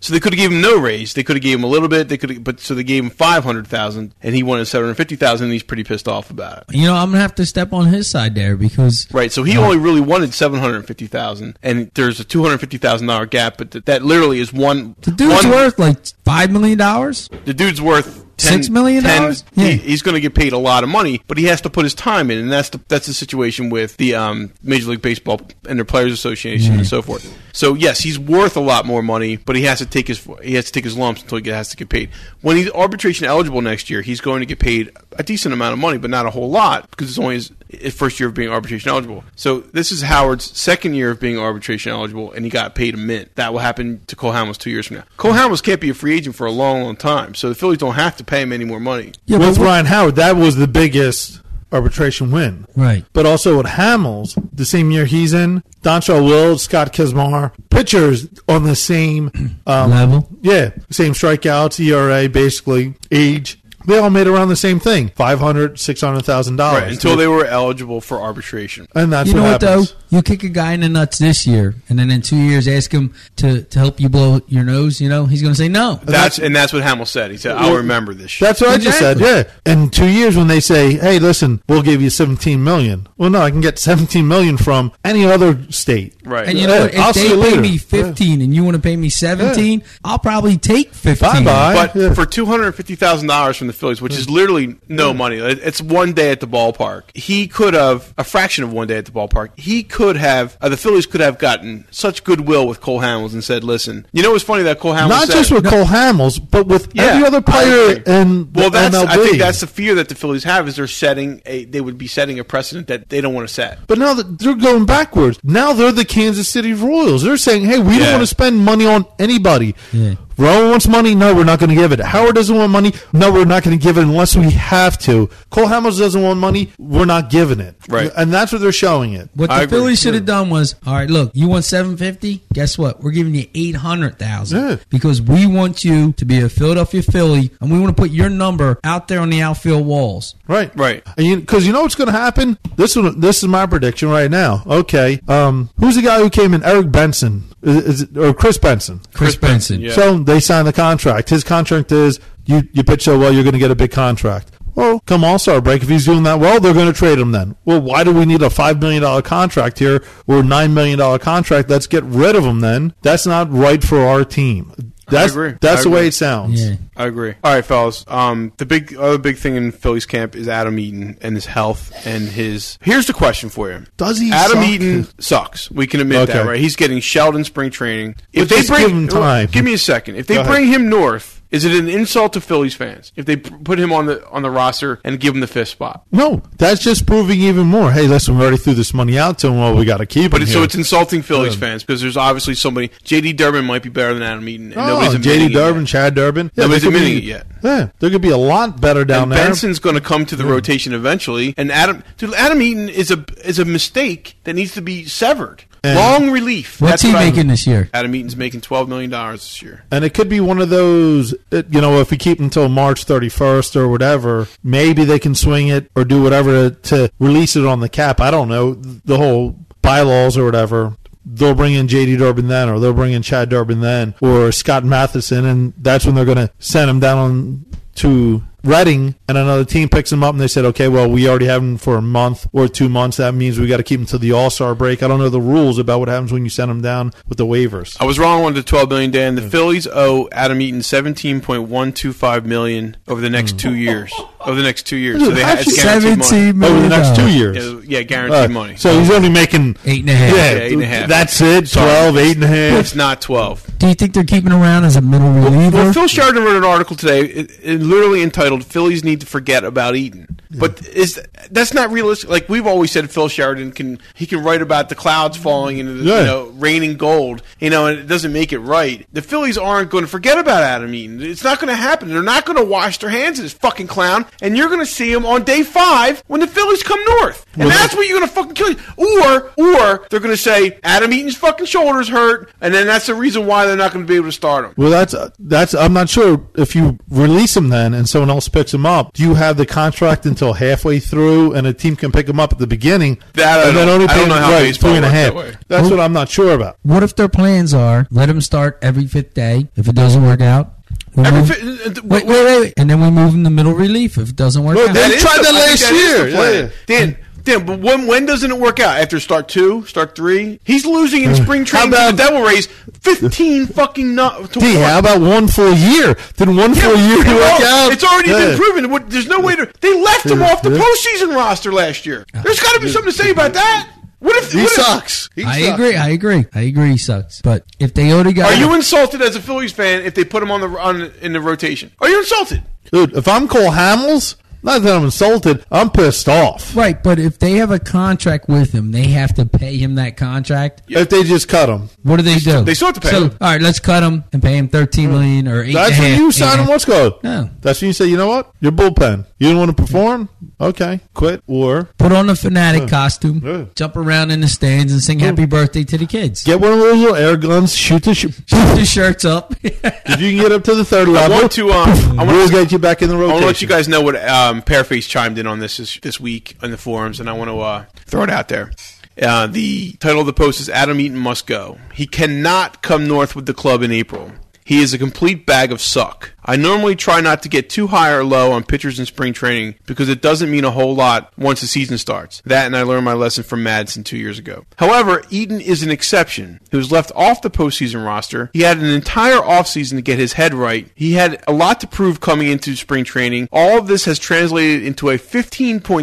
Speaker 1: So they could have gave him no raise. They could have gave him a little bit. They could, but so they gave him five hundred thousand, and he wanted seven hundred fifty thousand. and He's pretty pissed off about it.
Speaker 3: You know, I'm gonna have to step on his side there because
Speaker 1: Right, so he only really wanted seven hundred fifty thousand, and there's a two hundred fifty thousand dollar gap, but th- that literally is one.
Speaker 3: the dude's
Speaker 1: one-
Speaker 3: worth like five million dollars.
Speaker 1: the dude's worth
Speaker 3: Six million dollars?
Speaker 1: he-
Speaker 3: Yeah.
Speaker 1: he's going to get paid a lot of money, but he has to put his time in, and that's the that's the situation with the um, Major League Baseball and their Players Association and so forth. So yes, he's worth a lot more money, but he has to take his he has to take his lumps until he has to get paid. When he's arbitration eligible next year, he's going to get paid a decent amount of money, but not a whole lot because it's only his his first year of being arbitration eligible. So this is Howard's second year of being arbitration eligible, and he got paid a mint. That will happen to Cole Hamels two years from now. Cole Hamels can't be a free agent for a long, long time, so the Phillies don't have to pay him any more money.
Speaker 3: Yeah,
Speaker 2: with
Speaker 3: but what-
Speaker 2: Ryan Howard, that was the biggest arbitration win.
Speaker 3: Right.
Speaker 2: But also with Hamels, the same year he's in, Dontrell Wills, Scott Kismar, pitchers on the same um,
Speaker 3: Level.
Speaker 2: Yeah, same strikeouts, ERA, basically age. They all made around the same thing, five hundred, six hundred thousand dollars.
Speaker 1: Right, until they were eligible for arbitration.
Speaker 2: and that's
Speaker 3: you know what
Speaker 2: what happens.
Speaker 3: though? You kick a guy in the nuts this year, and then in two years ask him to, to help you blow your nose. You know he's going to say no.
Speaker 1: That's and that's what Hamill said. He said, "I'll
Speaker 2: Well,
Speaker 1: remember this." Shit.
Speaker 2: That's what I just
Speaker 3: Exactly.
Speaker 2: said. Yeah. In two years, when they say, "Hey, listen, we'll give you seventeen million. Well, no, I can get seventeen million from any other state.
Speaker 1: Right.
Speaker 3: And you know what? If
Speaker 2: I'll see
Speaker 3: they
Speaker 2: you
Speaker 3: pay
Speaker 2: later.
Speaker 3: me fifteen and you want to pay me seventeen, I'll probably take fifteen.
Speaker 2: Bye-bye.
Speaker 1: But
Speaker 2: Yeah.
Speaker 1: for two hundred fifty thousand dollars from the Phillies, which is literally no money, it- it's one day at the ballpark. He could have a fraction of one day at the ballpark. He could have uh, the Phillies could have gotten such goodwill with Cole Hamels and said, "Listen, you know it's funny that Cole Hamels
Speaker 2: Not
Speaker 1: said-
Speaker 2: just with Cole Hamels, but with
Speaker 1: Yeah,
Speaker 2: every other
Speaker 1: I
Speaker 2: player
Speaker 1: agree.
Speaker 2: in the
Speaker 1: well, that's
Speaker 2: MLB.
Speaker 1: I think that's the fear that the Phillies have is they're setting a they would be setting a precedent that they don't want to set.
Speaker 2: but now that they're going backwards. Now they're the Kansas City Royals. They're saying, "Hey, we
Speaker 1: Yeah.
Speaker 2: don't want to spend money on anybody.
Speaker 3: Yeah.
Speaker 2: Rowan wants money. No, we're not going to give it. Howard doesn't want money. No, we're not going to give it unless we have to. Cole Hamels doesn't want money. We're not giving it.
Speaker 1: Right.
Speaker 2: and that's what they're showing it.
Speaker 3: What
Speaker 1: I
Speaker 3: the
Speaker 1: agree.
Speaker 3: Phillies should have done was, all right, look, you want seven fifty? Guess what? We're giving you eight hundred thousand
Speaker 2: Yeah.
Speaker 3: because we want you to be a Philadelphia Philly, and we want to put your number out there on the outfield walls.
Speaker 2: Right.
Speaker 1: Right.
Speaker 2: And you because you know what's going to happen. This one, this is my prediction right now. Okay. Um, who's the guy who came in? Eric Benson is, is it, or Chris Benson?
Speaker 3: Chris, Benson.
Speaker 1: yeah.
Speaker 2: So they signed the contract. His contract is you. You pitch so well, you're going to get a big contract. Well, come All Star break, if he's doing that well, they're going to trade him then. Well, why do we need a five million dollar contract here or nine million dollar contract? Let's get rid of him then. That's not right for our team. That's
Speaker 1: agree.
Speaker 2: that's
Speaker 1: I
Speaker 2: the way
Speaker 1: agree.
Speaker 2: it sounds.
Speaker 3: Yeah.
Speaker 1: I agree. All right, fellas. Um, the big other big thing in Phillies camp is Adam Eaton and his health and his. Here's the question for you:
Speaker 2: Does he
Speaker 1: Adam
Speaker 2: suck?
Speaker 1: Eaton sucks. We can admit that,
Speaker 2: Okay.
Speaker 1: right? He's getting shelled in spring training.
Speaker 2: But just give him time.
Speaker 1: give me a second. If they
Speaker 2: Go ahead.
Speaker 1: bring him north, is it an insult to Phillies fans if they p- put him on the on the roster and give him the fifth spot?
Speaker 2: No, that's just proving even more. Hey, listen, we already threw this money out to him. Well, we got to keep
Speaker 1: But
Speaker 2: him
Speaker 1: it's,
Speaker 2: here.
Speaker 1: so it's insulting Phillies fans because there's obviously somebody. J.D. Durbin might be better than Adam Eaton. And
Speaker 2: oh,
Speaker 1: nobody's admitting
Speaker 2: J.D.
Speaker 1: it
Speaker 2: Durbin,
Speaker 1: yet.
Speaker 2: Chad Durbin. Yeah,
Speaker 1: Nobody's
Speaker 2: there could
Speaker 1: admitting
Speaker 2: be-
Speaker 1: it yet.
Speaker 2: Yeah, there could be a lot better down
Speaker 1: and
Speaker 2: there.
Speaker 1: Benson's going to come to the rotation eventually. And Adam, dude, Adam Eaton is a is a mistake that needs to be severed.
Speaker 2: And-
Speaker 1: Long relief.
Speaker 3: What's
Speaker 1: That's
Speaker 3: he
Speaker 1: what I-
Speaker 3: making this year?
Speaker 1: Adam Eaton's making twelve million dollars this year.
Speaker 2: And it could be one of those, that, you know, if we keep until March 31st or whatever, maybe they can swing it or do whatever to, to release it on the cap. I don't know. The whole bylaws or whatever. They'll bring in J.D. Durbin then, or they'll bring in Chad Durbin then, or Scott Matheson, and that's when they're going to send him down on to Reading, and another team picks him up, and they said, okay, well, we already have him for a month or two months. That means we got to keep him till the All Star break. I don't know the rules about what happens when you send him down with the waivers.
Speaker 1: I was wrong on the twelve million, Dan. The Phillies owe Adam Eaton seventeen point one two five million over the next two years. Over the next two years, so they ha- it's guaranteed money.
Speaker 3: Mm. Seventeen million.
Speaker 2: Over the next two
Speaker 3: dollars.
Speaker 2: years.
Speaker 1: Yeah, yeah, guaranteed
Speaker 2: Uh,
Speaker 1: money.
Speaker 2: So he's only making
Speaker 3: Eight and a half.
Speaker 2: Yeah,
Speaker 1: Yeah, eight and a half.
Speaker 2: That's it.
Speaker 1: Sorry.
Speaker 2: Twelve, eight and a half.
Speaker 1: it's not twelve.
Speaker 3: Do you think they're keeping around as a middle reliever?
Speaker 1: Well, Phil Sheridan wrote an article today, it, it literally entitled "Phillies Need to Forget About Eaton." But is that's not realistic? Like we've always said, Phil Sheridan can he can write about the clouds falling into the
Speaker 2: Yeah.
Speaker 1: you know raining gold, you know, and it doesn't make it right. The Phillies aren't going to forget about Adam Eaton. It's not going to happen. They're not going to wash their hands of this fucking clown. And you're going to see him on day five when the Phillies come north, and
Speaker 2: Well,
Speaker 1: that's what you're going to fucking kill. You. Or or they're going to say Adam Eaton's fucking shoulders hurt, and then that's the reason why they're not going to be able to start him.
Speaker 2: Well, that's that's. I'm not sure if you release him then, and someone else picks him up. Do you have the contract until halfway through, and a team can pick him up at the beginning?
Speaker 1: That I
Speaker 2: and then
Speaker 1: don't- I don't
Speaker 2: pay
Speaker 1: know
Speaker 2: him,
Speaker 1: how
Speaker 2: right,
Speaker 1: baseball
Speaker 2: three and a
Speaker 1: works
Speaker 2: half.
Speaker 1: that way.
Speaker 2: That's what I'm not sure about.
Speaker 3: what if their plans are let him start every fifth day? If it doesn't work out, we
Speaker 1: Every
Speaker 2: Mm-hmm.
Speaker 3: move-
Speaker 1: fi- uh, th-
Speaker 3: wait, wait, wait, wait, and then we move him to middle relief if it doesn't work
Speaker 2: Well,
Speaker 3: out.
Speaker 2: then-
Speaker 1: is
Speaker 2: tried
Speaker 1: the-
Speaker 2: that
Speaker 1: I think
Speaker 2: last
Speaker 1: that is the
Speaker 2: year,
Speaker 1: plan. Dan, Dan, but when when doesn't it work out? After start two, start three, he's losing in spring training.
Speaker 2: Mm. How
Speaker 1: to
Speaker 2: about-
Speaker 1: the Devil Rays fifteen fucking not to
Speaker 2: D,
Speaker 1: one.
Speaker 2: how about one full year? Did one
Speaker 1: Yeah,
Speaker 2: full year
Speaker 1: it
Speaker 2: work
Speaker 1: won't.
Speaker 2: out?
Speaker 1: It's already
Speaker 2: Yeah.
Speaker 1: been proven. What- There's no way to. They left him off the postseason roster last year. There's got to be something to say about that. What if
Speaker 2: Ah, He
Speaker 1: what if-
Speaker 2: sucks. He
Speaker 3: I
Speaker 2: sucks.
Speaker 3: agree. I agree. I agree. He sucks. But if they already got,
Speaker 1: Are you insulted as a Phillies fan if they put him on the on in the rotation? Are you insulted?
Speaker 2: Dude, if I'm Cole Hamels, not that I'm insulted, I'm pissed off.
Speaker 3: right? But if they have a contract with him, they have to pay him that contract.
Speaker 2: If they just cut him,
Speaker 3: What do they do?
Speaker 1: they still have to pay
Speaker 3: So,
Speaker 1: him.
Speaker 3: all right, let's cut him and pay him thirteen million or eight.
Speaker 2: that's
Speaker 3: and a
Speaker 2: when
Speaker 3: half,
Speaker 2: you
Speaker 3: eight
Speaker 2: sign
Speaker 3: and a
Speaker 2: him.
Speaker 3: half.
Speaker 2: Let's go.
Speaker 3: No.
Speaker 2: That's when you say, you know what, your bullpen. You didn't want to perform. Okay, quit or
Speaker 3: Put on a fanatic costume,
Speaker 2: Yeah.
Speaker 3: jump around in the stands, and sing "Happy Birthday" to the kids.
Speaker 2: get one of those little air guns. Shoot the sh-
Speaker 3: Shoot the shirts up.
Speaker 2: if you can get up to the third level.
Speaker 1: want to, um, I want
Speaker 2: Uh, we'll
Speaker 1: to-
Speaker 2: get you back in the
Speaker 1: I
Speaker 2: rotation.
Speaker 1: want to let you guys know what um, Pearface chimed in on this, this this week in the forums, and I want to uh, throw it out there. Uh, the title of the post is Adam Eaton must go. He cannot come north with the club in April. He is a complete bag of suck. I normally try not to get too high or low on pitchers in spring training because it doesn't mean a whole lot once the season starts. That and I learned my lesson from Madsen two years ago. However, Eaton is an exception. He was left off the postseason roster. He had an entire offseason to get his head right. He had a lot to prove coming into spring training. All of this has translated into a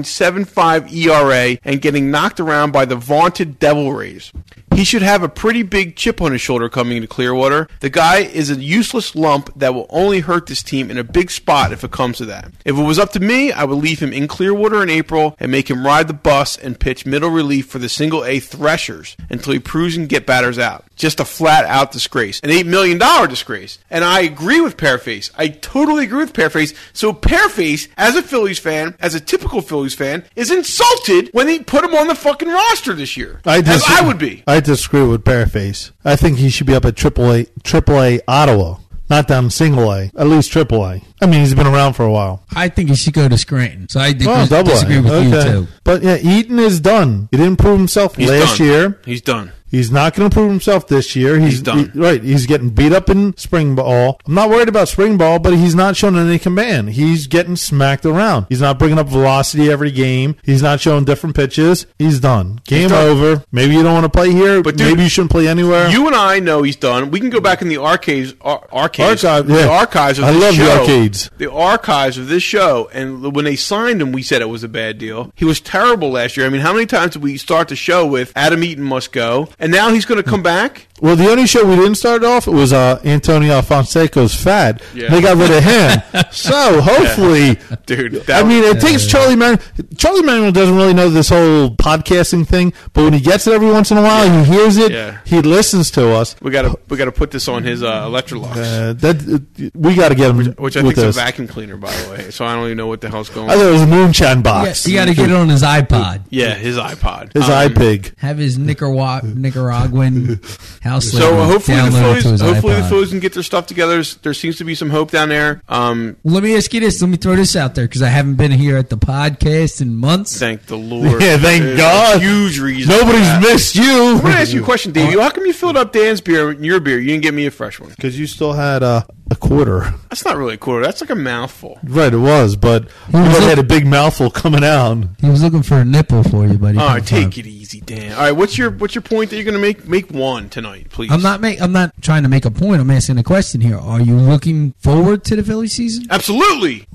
Speaker 1: 15.75 ERA E and getting knocked around by the vaunted Devil Rays. He should have a pretty big chip on his shoulder coming into Clearwater. The guy is a useless lump that will only hurt this team in a big spot if it comes to that. If it was up to me, I would leave him in Clearwater in April and make him ride the bus and pitch middle relief for the single A threshers until he proves he can get batters out. Just a flat out disgrace. An $8 million disgrace. And I agree with Pearface. I totally agree with Pearface. So Pearface, as a Phillies fan, as a typical Phillies fan, is insulted when they put him on the fucking roster this year. as I
Speaker 2: disagree-
Speaker 1: would be.
Speaker 2: I disagree with Paraface. I think he should be up at AAA, AAA Ottawa, not down single A. At least AAA. I mean, he's been around for a while.
Speaker 3: I think he should go to Scranton. So I dig-
Speaker 2: Well, Oh, double A.
Speaker 3: disagree with you
Speaker 2: Okay.
Speaker 3: too.
Speaker 2: But yeah, Eaton is done. He didn't prove himself
Speaker 1: He's
Speaker 2: last
Speaker 1: done.
Speaker 2: year.
Speaker 1: He's done.
Speaker 2: He's not going to prove himself this year. He's,
Speaker 1: He's done.
Speaker 2: he- right. He's getting beat up in spring ball. I'm not worried about spring ball, but he's not showing any command. He's getting smacked around. He's not bringing up velocity every game. He's not showing different pitches. He's done. Game
Speaker 1: done.
Speaker 2: over. Maybe you don't want to play here.
Speaker 1: But
Speaker 2: But
Speaker 1: dude,
Speaker 2: maybe you shouldn't play anywhere.
Speaker 1: You and I know he's done. We can go back in the archives, ar- archives,
Speaker 2: Archive,
Speaker 1: the
Speaker 2: yeah.
Speaker 1: archives of
Speaker 2: I
Speaker 1: this
Speaker 2: love the
Speaker 1: show,
Speaker 2: arcades.
Speaker 1: the archives of this show. And when they signed him, we said it was a bad deal. He was terrible last year. I mean, how many times did we start the show with Adam Eaton must go, and now he's going to come back?
Speaker 2: Well, the only show we didn't start off was uh, Antonio Fonseca's fad.
Speaker 1: Yeah.
Speaker 2: They got rid of him. so hopefully,
Speaker 1: Dude, that
Speaker 2: I
Speaker 1: was-
Speaker 2: mean, it takes Charlie Man. Charlie Manuel doesn't really know this whole podcasting thing, but when he gets it every once in a while, he hears it,
Speaker 1: Yeah.
Speaker 2: he listens to us.
Speaker 1: We got to we got to put this on his uh, Electrolux,
Speaker 2: Uh, that uh, we got to get him
Speaker 1: which I
Speaker 2: with
Speaker 1: think's
Speaker 2: this.
Speaker 1: a vacuum cleaner, by the way. So I don't even know what the hell's going.
Speaker 2: I
Speaker 1: on.
Speaker 2: thought it was a moonshine
Speaker 3: Yeah,
Speaker 2: box.
Speaker 3: you got to get it on his iPod.
Speaker 1: Yeah, his iPod,
Speaker 2: his
Speaker 1: Um,
Speaker 2: eye pig.
Speaker 3: Have his Nicaragua- Nicaraguan house
Speaker 1: So
Speaker 3: label
Speaker 1: hopefully the
Speaker 3: downloaded to
Speaker 1: Phillies,
Speaker 3: his
Speaker 1: hopefully the
Speaker 3: iPod.
Speaker 1: Phillies can get their stuff together. There's- There seems to be some hope down there. Um,
Speaker 3: Let me ask you this. Let me throw this out there because I haven't been here at the podcast in months.
Speaker 1: thank the Lord.
Speaker 2: Yeah, thank
Speaker 1: There's a
Speaker 2: God.
Speaker 1: Huge reason. for
Speaker 2: Nobody's
Speaker 1: that.
Speaker 2: missed you.
Speaker 1: I'm gonna ask you a question, Davey. How come you filled up Dan's beer and your beer? You didn't get me a fresh one.
Speaker 2: because you still had uh, a quarter.
Speaker 1: That's not really cool. That's like a mouthful.
Speaker 2: Right, it was, but you
Speaker 3: was it?
Speaker 2: had a big mouthful coming out.
Speaker 3: He was looking for a nipple for you, buddy.
Speaker 1: All right, take it easy, Dan. All right, what's your what's your point that you're gonna make? Make one tonight, please.
Speaker 3: I'm not make, I'm not trying to make a point. I'm asking a question here. Are you looking forward to the Philly season?
Speaker 1: Absolutely.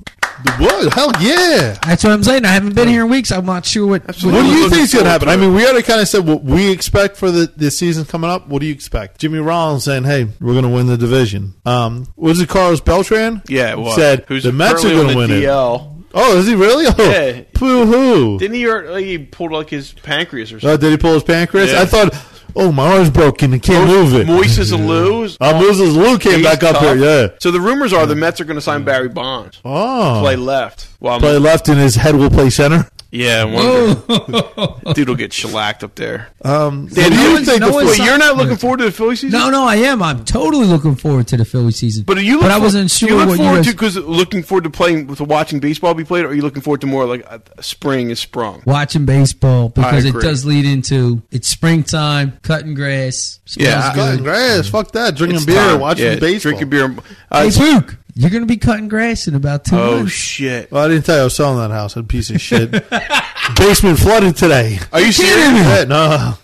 Speaker 2: What? Hell yeah!
Speaker 3: That's what I'm saying. I haven't been here in weeks. I'm not sure what.
Speaker 1: Absolutely.
Speaker 2: What do you
Speaker 1: Looking
Speaker 2: think is going to
Speaker 1: forward
Speaker 2: happen?
Speaker 1: to
Speaker 2: I
Speaker 1: it.
Speaker 2: mean, we already kind of said what we expect for the this season coming up. What do you expect? Jimmy Rollins saying, "Hey, we're going to win the division." Um, was it Carlos Beltran?
Speaker 1: Yeah, it was.
Speaker 2: said
Speaker 1: Who's
Speaker 2: the Mets are
Speaker 1: currently on
Speaker 2: going to
Speaker 1: the
Speaker 2: win it.
Speaker 1: DL.
Speaker 2: Oh, is he really? Oh,
Speaker 1: Yeah.
Speaker 2: Poo hoo!
Speaker 1: Didn't he? Or, like, he pulled like his pancreas or something.
Speaker 2: Oh, did he pull his pancreas?
Speaker 1: Yeah.
Speaker 2: I thought, oh, my arm's broken. I can't move it.
Speaker 1: Moises Alou is-
Speaker 2: Uh, Moises Lou came
Speaker 1: He's
Speaker 2: back up
Speaker 1: tough.
Speaker 2: here. Yeah.
Speaker 1: So the rumors are the Mets are going to sign Barry Bonds.
Speaker 2: Oh,
Speaker 1: Play left. Well,
Speaker 2: play left, and his head will play center.
Speaker 1: yeah, I wonder. dude will get shellacked up there.
Speaker 2: Um, what
Speaker 1: Dan,
Speaker 2: do
Speaker 1: you
Speaker 2: you
Speaker 1: would-
Speaker 2: think?
Speaker 3: no
Speaker 2: the
Speaker 3: one's-
Speaker 2: Phillies-
Speaker 1: Wait, you're not looking forward to the Philly season?
Speaker 3: no, no, I am. I'm totally looking forward to the Philly season.
Speaker 1: But are you? Look
Speaker 3: I
Speaker 1: for-
Speaker 3: wasn't sure
Speaker 1: You look
Speaker 3: what you
Speaker 1: forward
Speaker 3: guys-
Speaker 1: to because looking forward to playing to watching baseball be played, or are you looking forward to more like uh, spring is sprung?
Speaker 3: watching baseball because it
Speaker 1: agree.
Speaker 3: does lead into it's springtime, cutting grass. Smells
Speaker 1: Yeah, I-
Speaker 2: Cutting
Speaker 3: good.
Speaker 2: grass. Fuck that. Drinking
Speaker 1: It's
Speaker 2: beer,
Speaker 1: time.
Speaker 2: watching
Speaker 1: Yeah,
Speaker 2: baseball.
Speaker 1: drinking beer. Uh,
Speaker 3: Hey, Luke, you're going to be cutting grass in about two
Speaker 1: oh
Speaker 3: months.
Speaker 1: shit!
Speaker 2: Well, I didn't tell you I was selling that house. That piece of shit. Basement flooded today.
Speaker 1: Are you serious?
Speaker 2: Yeah, no,
Speaker 3: you don't have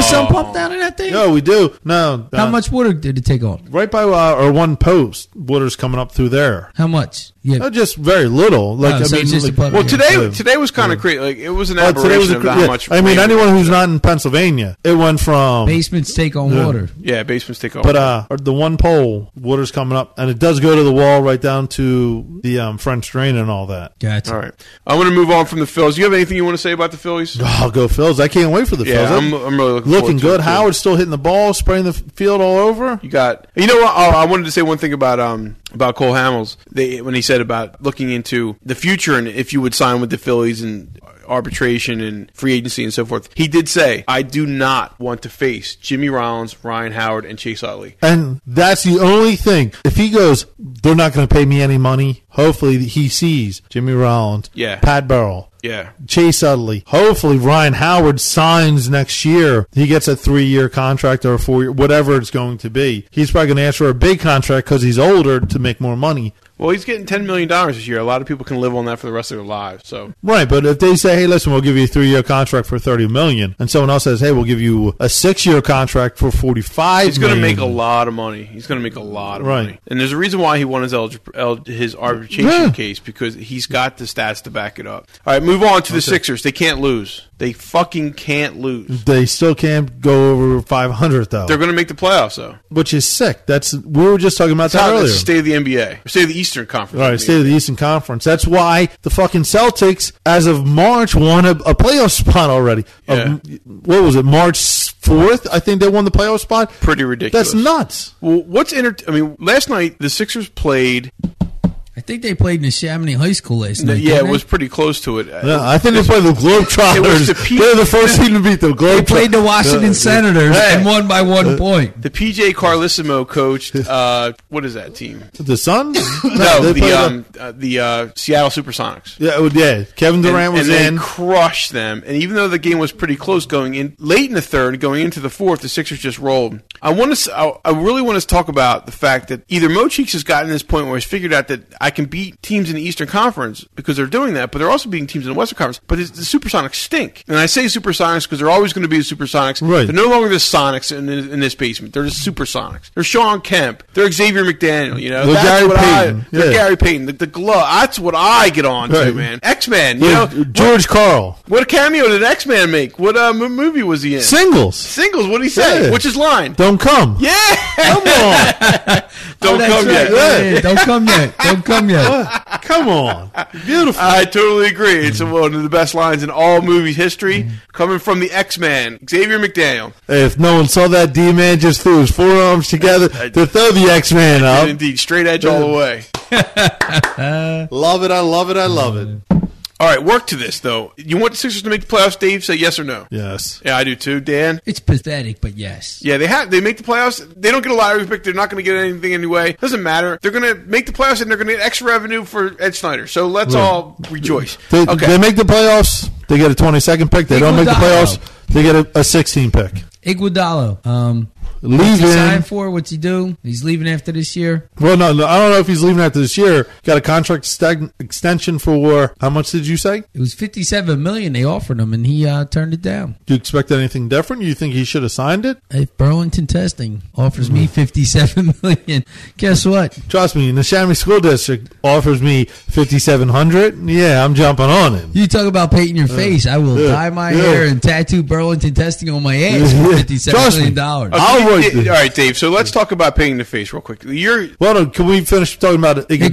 Speaker 1: Oh.
Speaker 3: sun pump down in that thing.
Speaker 2: no, we do. No,
Speaker 3: How
Speaker 2: uh,
Speaker 3: much water did it take on?
Speaker 2: Right by uh, our one post, water's coming up through there.
Speaker 3: How much? Yeah,
Speaker 2: No, just very little.
Speaker 3: Oh,
Speaker 2: Like I
Speaker 3: so
Speaker 2: mean,
Speaker 3: it's just
Speaker 2: like-
Speaker 3: above
Speaker 1: Well,
Speaker 3: Yeah.
Speaker 1: today today was kind of crazy. Like it was an
Speaker 2: Uh,
Speaker 1: aberration
Speaker 2: today was a
Speaker 1: of
Speaker 2: cr-
Speaker 1: how
Speaker 2: yeah.
Speaker 1: much.
Speaker 2: I mean,
Speaker 1: rain-
Speaker 2: anyone who's not in Pennsylvania, it went from.
Speaker 3: basements take on water.
Speaker 1: Yeah, basements take over.
Speaker 2: but uh, the one pole, water's coming up, and it does go to the wall right down to the um, French drain and all that.
Speaker 3: Gotcha.
Speaker 1: all right, I'm going to move on from the Phillies. You have anything you want to say about the Phillies?
Speaker 2: Oh, go Phils! I can't wait for the
Speaker 1: Yeah,
Speaker 2: Phils.
Speaker 1: I'm- I'm really looking
Speaker 2: looking
Speaker 1: forward to it,
Speaker 2: good.
Speaker 1: too.
Speaker 2: Howard's still hitting the ball, spraying the f- field all over.
Speaker 1: You got. You know what? Oh, I wanted to say one thing about um about Cole Hamels. They when he said about looking into the future and if you would sign with the Phillies and arbitration and free agency and so forth. He did say, "I do not want to face Jimmy Rollins, Ryan Howard, and Chase Utley."
Speaker 2: And that's the only thing. If he goes, they're not going to pay me any money. Hopefully, he sees Jimmy Rollins,
Speaker 1: Yeah.
Speaker 2: Pat Burrell,
Speaker 1: Yeah.
Speaker 2: Chase Utley. Hopefully, Ryan Howard signs next year. He gets a three-year contract or a four-year, whatever it's going to be. He's probably going to ask for a big contract because he's older to make more money.
Speaker 1: Well, he's getting ten million dollars this year. A lot of people can live on that for the rest of their lives. So
Speaker 2: Right, but if they say, "Hey, listen, we'll give you a three-year contract for thirty million," and someone else says, "Hey, we'll give you a six-year contract for forty-five,"
Speaker 1: he's going to
Speaker 2: million.
Speaker 1: make a lot of money. He's going to make a lot of
Speaker 2: Right.
Speaker 1: money. And there's a reason why he won his elg- el- his arbitration
Speaker 2: Yeah.
Speaker 1: case because he's got the stats to back it up. All right, move on to the Sixers. They can't lose. They fucking can't lose.
Speaker 2: They still can't go over five hundred though.
Speaker 1: They're going to make the playoffs, though.
Speaker 2: which is sick. That's we were just talking about
Speaker 1: That's how-
Speaker 2: that earlier.
Speaker 1: that's the state of the NBA, state of the Eastern Conference.
Speaker 2: All right, state of the Eastern Conference. That's why the fucking Celtics, as of March, won a, a playoff spot already. Of- what was it, March fourth? I think they won the playoff spot.
Speaker 1: Pretty ridiculous.
Speaker 2: That's nuts.
Speaker 1: Well, what's inter- I mean, last night the Sixers played
Speaker 3: I think they played in the Chamonix High School last night.
Speaker 1: yeah,
Speaker 3: didn't
Speaker 1: it
Speaker 3: they?
Speaker 1: was pretty close to it.
Speaker 2: Yeah, I think they play the
Speaker 1: It was
Speaker 2: Globetrotters.
Speaker 1: the P-
Speaker 2: They're the first team to beat the Globetrotters.
Speaker 3: They played the Washington Senators and won by one point.
Speaker 1: The PJ Carlissimo coached. Uh, what is that team?
Speaker 2: The Suns?
Speaker 1: No,
Speaker 2: they played
Speaker 1: the um, uh, the uh, Seattle SuperSonics.
Speaker 2: yeah, oh, yeah. Kevin
Speaker 1: And-
Speaker 2: Durant was
Speaker 1: and they
Speaker 2: in.
Speaker 1: crushed them. And even though the game was pretty close going in late in the third, going into the fourth, the Sixers just rolled. I want to. I, I really want to talk about the fact that either Mo Cheeks has gotten to this point where he's figured out that I can beat teams in the Eastern Conference because they're doing that, but they're also beating teams in the Western Conference. But it's, the Supersonics stink, and I say Supersonics because they're always going to be the Supersonics.
Speaker 2: Right.
Speaker 1: They're no longer the Sonics in, in this basement. They're the Supersonics. They're Sean Kemp. They're Xavier McDaniel. You know,
Speaker 2: They're
Speaker 1: that's
Speaker 2: Gary
Speaker 1: what
Speaker 2: Payton.
Speaker 1: I. They're
Speaker 2: Yeah.
Speaker 1: Gary Payton. The, the glove. That's what I get on to,
Speaker 2: Right.
Speaker 1: man. X Men. You know,
Speaker 2: George Carl.
Speaker 1: what cameo did X Man make? What uh, m- movie was he in?
Speaker 2: Singles.
Speaker 1: Singles. What did he say?
Speaker 2: Yeah.
Speaker 1: Which is line?
Speaker 2: Don't come.
Speaker 1: yeah,
Speaker 2: Come on.
Speaker 3: Oh,
Speaker 1: don't
Speaker 3: that's
Speaker 1: come
Speaker 3: right.
Speaker 1: yet.
Speaker 3: Yeah, yeah, Don't come yet. Don't come yet.
Speaker 2: come on. Beautiful.
Speaker 1: I totally agree. It's one of the best lines in all movies history, coming from the X Man, Xavier McDaniel.
Speaker 2: If no one saw that, D Man just threw his forearms together to throw the X Man
Speaker 1: And
Speaker 2: up.
Speaker 1: indeed, straight edge all the way.
Speaker 2: Love it. I love it. I love it.
Speaker 1: All right, work to this though. You want the Sixers to make the playoffs, Dave? Say yes or no.
Speaker 2: Yes.
Speaker 1: Yeah, I do too, Dan.
Speaker 3: It's pathetic, but yes.
Speaker 1: Yeah, they have. They make the playoffs. They don't get a lottery pick. They're not going to get anything anyway. Doesn't matter. They're going to make the playoffs, and they're going to get extra revenue for Ed Snyder. So let's
Speaker 2: Right.
Speaker 1: all rejoice.
Speaker 2: They,
Speaker 1: okay.
Speaker 2: they make the playoffs. They get a 22nd pick. They don't make the
Speaker 3: Iguodala.
Speaker 2: playoffs. They get a, a 16 pick.
Speaker 3: Iguodalo. Um, what's
Speaker 2: Leave
Speaker 3: he signed
Speaker 2: in.
Speaker 3: for? What's he do? He's leaving after this year.
Speaker 2: Well, no, no, I don't know if he's leaving after this year. Got a contract stag- extension for how much did you say?
Speaker 3: It was fifty-seven million they offered him, and he uh, turned it down.
Speaker 2: Do you expect anything different? You think he should have signed it?
Speaker 3: If Burlington Testing offers me
Speaker 2: Mm-hmm.
Speaker 3: fifty-seven million, guess what?
Speaker 2: Trust me, the Chamonix School District offers me fifty seven hundred. Yeah, I'm jumping on it.
Speaker 3: You talk about painting your face. I will
Speaker 2: yeah,
Speaker 3: dye my
Speaker 2: yeah.
Speaker 3: hair and tattoo Burlington Testing on my ass
Speaker 2: Yeah,
Speaker 3: for
Speaker 2: yeah.
Speaker 3: fifty-seven
Speaker 2: Trust
Speaker 3: million
Speaker 2: me. Uh,
Speaker 3: dollars.
Speaker 2: Okay. I'll write
Speaker 1: Yeah,
Speaker 2: this.
Speaker 1: All right, Dave. So let's talk about painting the face real quick. You're
Speaker 2: Well, no, can we finish talking about
Speaker 3: Iguodala.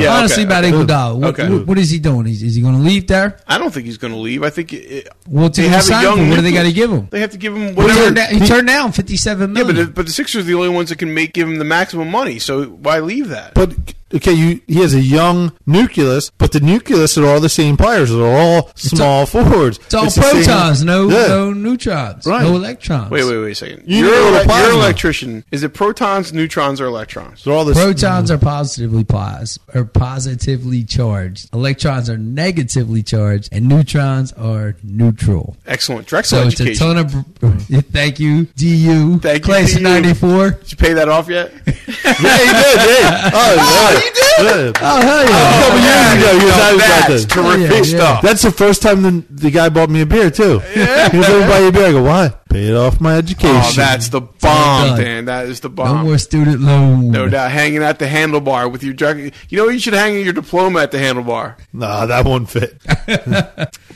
Speaker 2: Iguodala?
Speaker 1: Yeah.
Speaker 3: Honestly,
Speaker 1: okay,
Speaker 3: about
Speaker 2: okay.
Speaker 3: Iguodala, what,
Speaker 1: Okay.
Speaker 3: what- what is he doing? Is, is he going to leave there?
Speaker 1: I don't think he's going to leave. I think it,
Speaker 3: What's he
Speaker 1: They
Speaker 3: going to
Speaker 1: have a
Speaker 3: sign
Speaker 1: young
Speaker 3: for? What do they
Speaker 1: nucleus.
Speaker 3: got to give him?
Speaker 1: they have to give him
Speaker 3: He
Speaker 1: whatever.
Speaker 3: turned, down, he turned down fifty-seven
Speaker 1: yeah,
Speaker 3: million.
Speaker 1: but but the Sixers are the only ones that can make give him the maximum money. So why leave that?
Speaker 2: But okay, you he has a young nucleus, but the nucleus are all the same players. They're all small forwards.
Speaker 3: it's all
Speaker 2: the same-
Speaker 3: protons, no,
Speaker 2: Yeah.
Speaker 3: no neutrons,
Speaker 2: Right.
Speaker 3: no electrons.
Speaker 1: Wait, wait, wait a second.
Speaker 2: You
Speaker 1: You are
Speaker 2: know what a
Speaker 1: an
Speaker 2: plasma-
Speaker 1: electrician. Is it protons, neutrons, or electrons?
Speaker 2: They're all the
Speaker 3: Protons are positively pos are positively charged. Electrons are negatively charged, and neutrons are neutral.
Speaker 1: Excellent. Drexel
Speaker 3: So it's
Speaker 1: education.
Speaker 3: a ton of. Thank you, DU.
Speaker 1: Thank you,
Speaker 3: class of
Speaker 1: DU.
Speaker 3: '94.
Speaker 1: Did you pay that off yet?
Speaker 2: yeah, he did. Yeah. Oh, yeah. Yeah.
Speaker 3: Oh hell yeah!
Speaker 2: couple years ago, he was
Speaker 1: Now
Speaker 2: out about
Speaker 1: that's
Speaker 2: this.
Speaker 1: terrific
Speaker 3: Yeah, yeah.
Speaker 1: stuff.
Speaker 2: That's the first time the, the guy bought me a beer too. He was going to buy you a beer. I go, why? Paid off my education.
Speaker 1: Oh, that's the
Speaker 3: done.
Speaker 1: bomb, Dan. That is the
Speaker 3: No
Speaker 1: bomb.
Speaker 3: more student loan.
Speaker 1: No doubt. Hanging at the handlebar with your jacket. You know, you should hang your diploma at the handlebar.
Speaker 2: nah, that won't fit.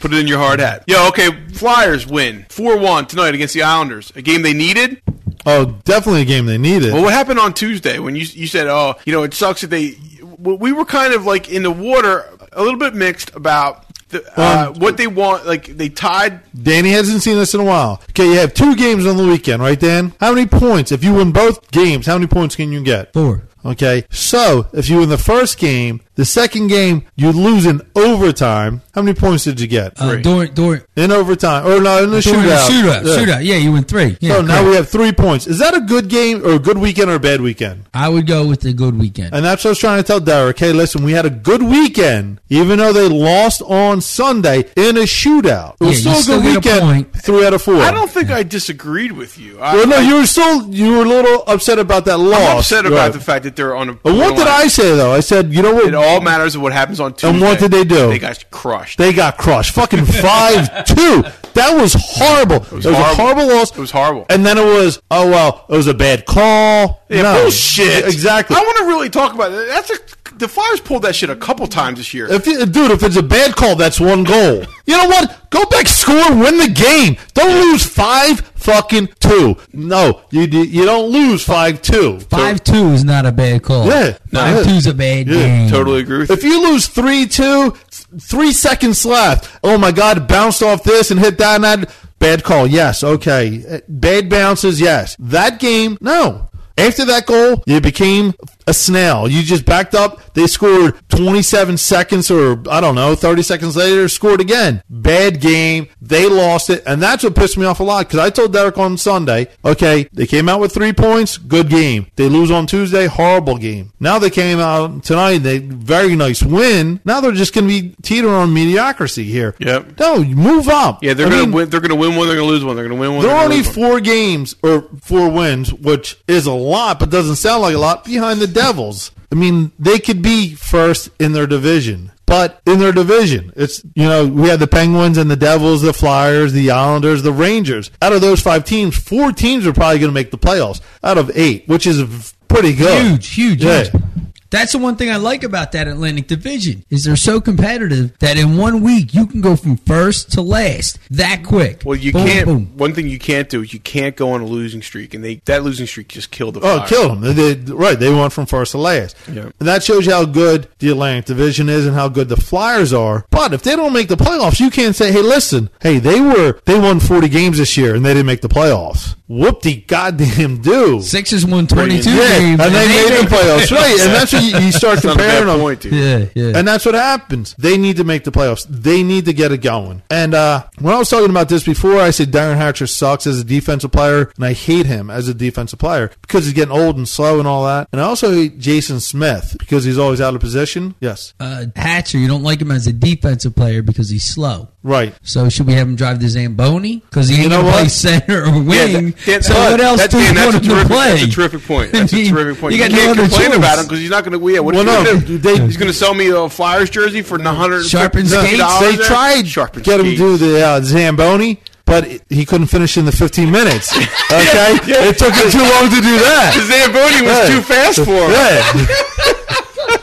Speaker 1: Put it in your hard hat. Yeah, okay. Flyers win 4 1 tonight against the Islanders. A game they needed.
Speaker 2: Oh, definitely a game they needed.
Speaker 1: Well, what happened on Tuesday when you, you said, oh, you know, it sucks that they. w- We were kind of like in the water, a little bit mixed about the, uh,
Speaker 2: Um,
Speaker 1: what they want. Like, they tied.
Speaker 2: Danny hasn't seen this in a while. Okay, you have two games on the weekend, right, Dan? How many points? If you win both games, how many points can you get?
Speaker 3: Four.
Speaker 2: Okay, so if you win the first game, the second game you lose in overtime. How many points did you get
Speaker 3: Uh,
Speaker 1: Three.
Speaker 3: during during
Speaker 2: in overtime? Or no, in the
Speaker 3: during the
Speaker 2: shootout?
Speaker 3: shootout.
Speaker 2: Yeah.
Speaker 3: Shootout. Yeah, you win three. Yeah,
Speaker 2: So now
Speaker 3: correct.
Speaker 2: we have three points. Is that a good game or a good weekend or a bad weekend?
Speaker 3: I would go with the good
Speaker 1: Uh,
Speaker 3: weekend.
Speaker 2: And that's what I was trying to tell Derek. Hey, listen, we had a good weekend, even though they lost on Sunday in a shootout. It was
Speaker 3: Yeah, you
Speaker 2: still
Speaker 3: still get
Speaker 2: a
Speaker 3: a
Speaker 2: good weekend.
Speaker 3: point.
Speaker 2: Three out of four.
Speaker 1: I don't think I disagreed with you. I,
Speaker 2: Well, no, you were still you were a little upset about that loss.
Speaker 1: I'm upset about
Speaker 2: Right.
Speaker 1: the fact that they're on a.
Speaker 2: But what did I say though? I said, you know what?
Speaker 1: It all matters of what happens on Tuesday.
Speaker 2: And what did they do?
Speaker 1: They got crushed.
Speaker 2: they got crushed, fucking five two. That was horrible. It was, a
Speaker 1: horrible.
Speaker 2: horrible loss.
Speaker 1: It was horrible.
Speaker 2: And then it was, oh well, it was a bad call.
Speaker 1: Yeah,
Speaker 2: no.
Speaker 1: bullshit.
Speaker 2: oh, Exactly.
Speaker 1: Oh, I want to really talk about it. That's a, the Flyers pulled that shit a couple times this year.
Speaker 2: If you, dude, if it's a bad call, that's one goal. You know what? Go back, score, win the game. Don't lose five fucking two. No, you you don't lose five two.
Speaker 3: Five two is not a bad call.
Speaker 2: Yeah.
Speaker 3: five
Speaker 2: Yeah.
Speaker 3: two's a bad
Speaker 2: Yeah,
Speaker 3: game.
Speaker 1: totally agree with you.
Speaker 2: If you lose three two, th- three seconds left. Oh my god, bounced off this and hit that and that. Bad call. Yes. Okay. Uh, Bad bounces. Yes. That game. No. After that goal, you became a snail. You just backed up. They scored 27 seconds or, I don't know, 30 seconds later, scored again. Bad game. They lost it. And that's what pissed me off a lot because I told Derek on Sunday, okay, they came out with three points. Good game. They lose on Tuesday. Horrible game. Now they came out tonight. They very nice win. Now they're just going to be teetering on mediocrity here.
Speaker 1: Yep.
Speaker 2: No, you move up.
Speaker 1: Yeah, they're
Speaker 2: I
Speaker 1: gonna
Speaker 2: mean,
Speaker 1: win. They're gonna win one. They're gonna lose one. They're gonna win one.
Speaker 2: there
Speaker 1: they're
Speaker 2: are
Speaker 1: gonna
Speaker 2: only
Speaker 1: lose one.
Speaker 2: four games or four wins, which is a lot, but doesn't sound like a lot behind the Devils. I mean, they could be first in their division, but in their division, it's you know we had the Penguins and the Devils, the Flyers, the Islanders, the Rangers. Out of those five teams, four teams are probably going to make the playoffs out of eight, which is v- pretty good.
Speaker 3: Huge, huge,
Speaker 2: Yeah.
Speaker 3: huge. That's the one thing I like about that Atlantic Division is they're so competitive that in one week you can go from first to last that quick.
Speaker 1: Well, you
Speaker 3: Boom,
Speaker 1: can't.
Speaker 3: boom.
Speaker 1: One thing you can't do is you can't go on a losing streak, and they that losing streak just killed the.
Speaker 2: Oh,
Speaker 1: Flyers.
Speaker 2: it killed them. They, they- right, they went from first to last.
Speaker 1: Yeah.
Speaker 2: And that shows you how good the Atlantic Division is and how good the Flyers are. But if they don't make the playoffs, you can't say, "Hey, listen, hey, they were they won 40 games this year and they didn't make the playoffs." Whoop de goddamn do.
Speaker 3: Sixers won twenty two
Speaker 2: yeah,
Speaker 3: games.
Speaker 2: and they made the
Speaker 3: didn't-
Speaker 2: playoffs, right? And that's what you, you start
Speaker 1: That's not a
Speaker 2: comparing
Speaker 1: bad
Speaker 2: them.
Speaker 1: point, dude.
Speaker 3: yeah, yeah.
Speaker 2: And that's what happens. They need to make the playoffs. They need to get it going. And uh, when I was talking about this before, I said Darren Hatcher sucks as a defensive player, and I hate him as a defensive player because he's getting old and slow and all that. And I also hate Jason Smith because he's always out of position. Yes,
Speaker 3: uh, Hatcher, you don't like him as a defensive player because he's slow.
Speaker 2: right.
Speaker 3: So should we have him drive the Zamboni? Because he ain't
Speaker 2: You know
Speaker 3: gonna play
Speaker 2: what?
Speaker 3: center or wing.
Speaker 1: that- that-
Speaker 3: so what else
Speaker 1: that-
Speaker 3: do you
Speaker 1: Dan, that's
Speaker 3: want
Speaker 1: a
Speaker 3: him to
Speaker 1: terrific-
Speaker 3: play?
Speaker 1: That's a terrific point.
Speaker 3: I
Speaker 1: That's a
Speaker 3: mean,
Speaker 1: terrific point.
Speaker 3: You
Speaker 1: You,
Speaker 3: got
Speaker 1: can't
Speaker 3: no other
Speaker 1: complain
Speaker 3: choice.
Speaker 1: about him because he's not going to. Yeah, what
Speaker 2: Well,
Speaker 1: well,
Speaker 2: no,
Speaker 1: no, do?
Speaker 2: they-
Speaker 1: he's going to sell me a Flyers jersey for one hundred
Speaker 3: Sharpened skates?
Speaker 1: Oh,
Speaker 2: They tried
Speaker 1: sharpen
Speaker 2: get him to do the uh, Zamboni. But he couldn't finish in the 15 minutes. Okay, it took him too long to do that.
Speaker 1: Zamboni was
Speaker 2: Yeah.
Speaker 1: too fast for him.
Speaker 2: Yeah.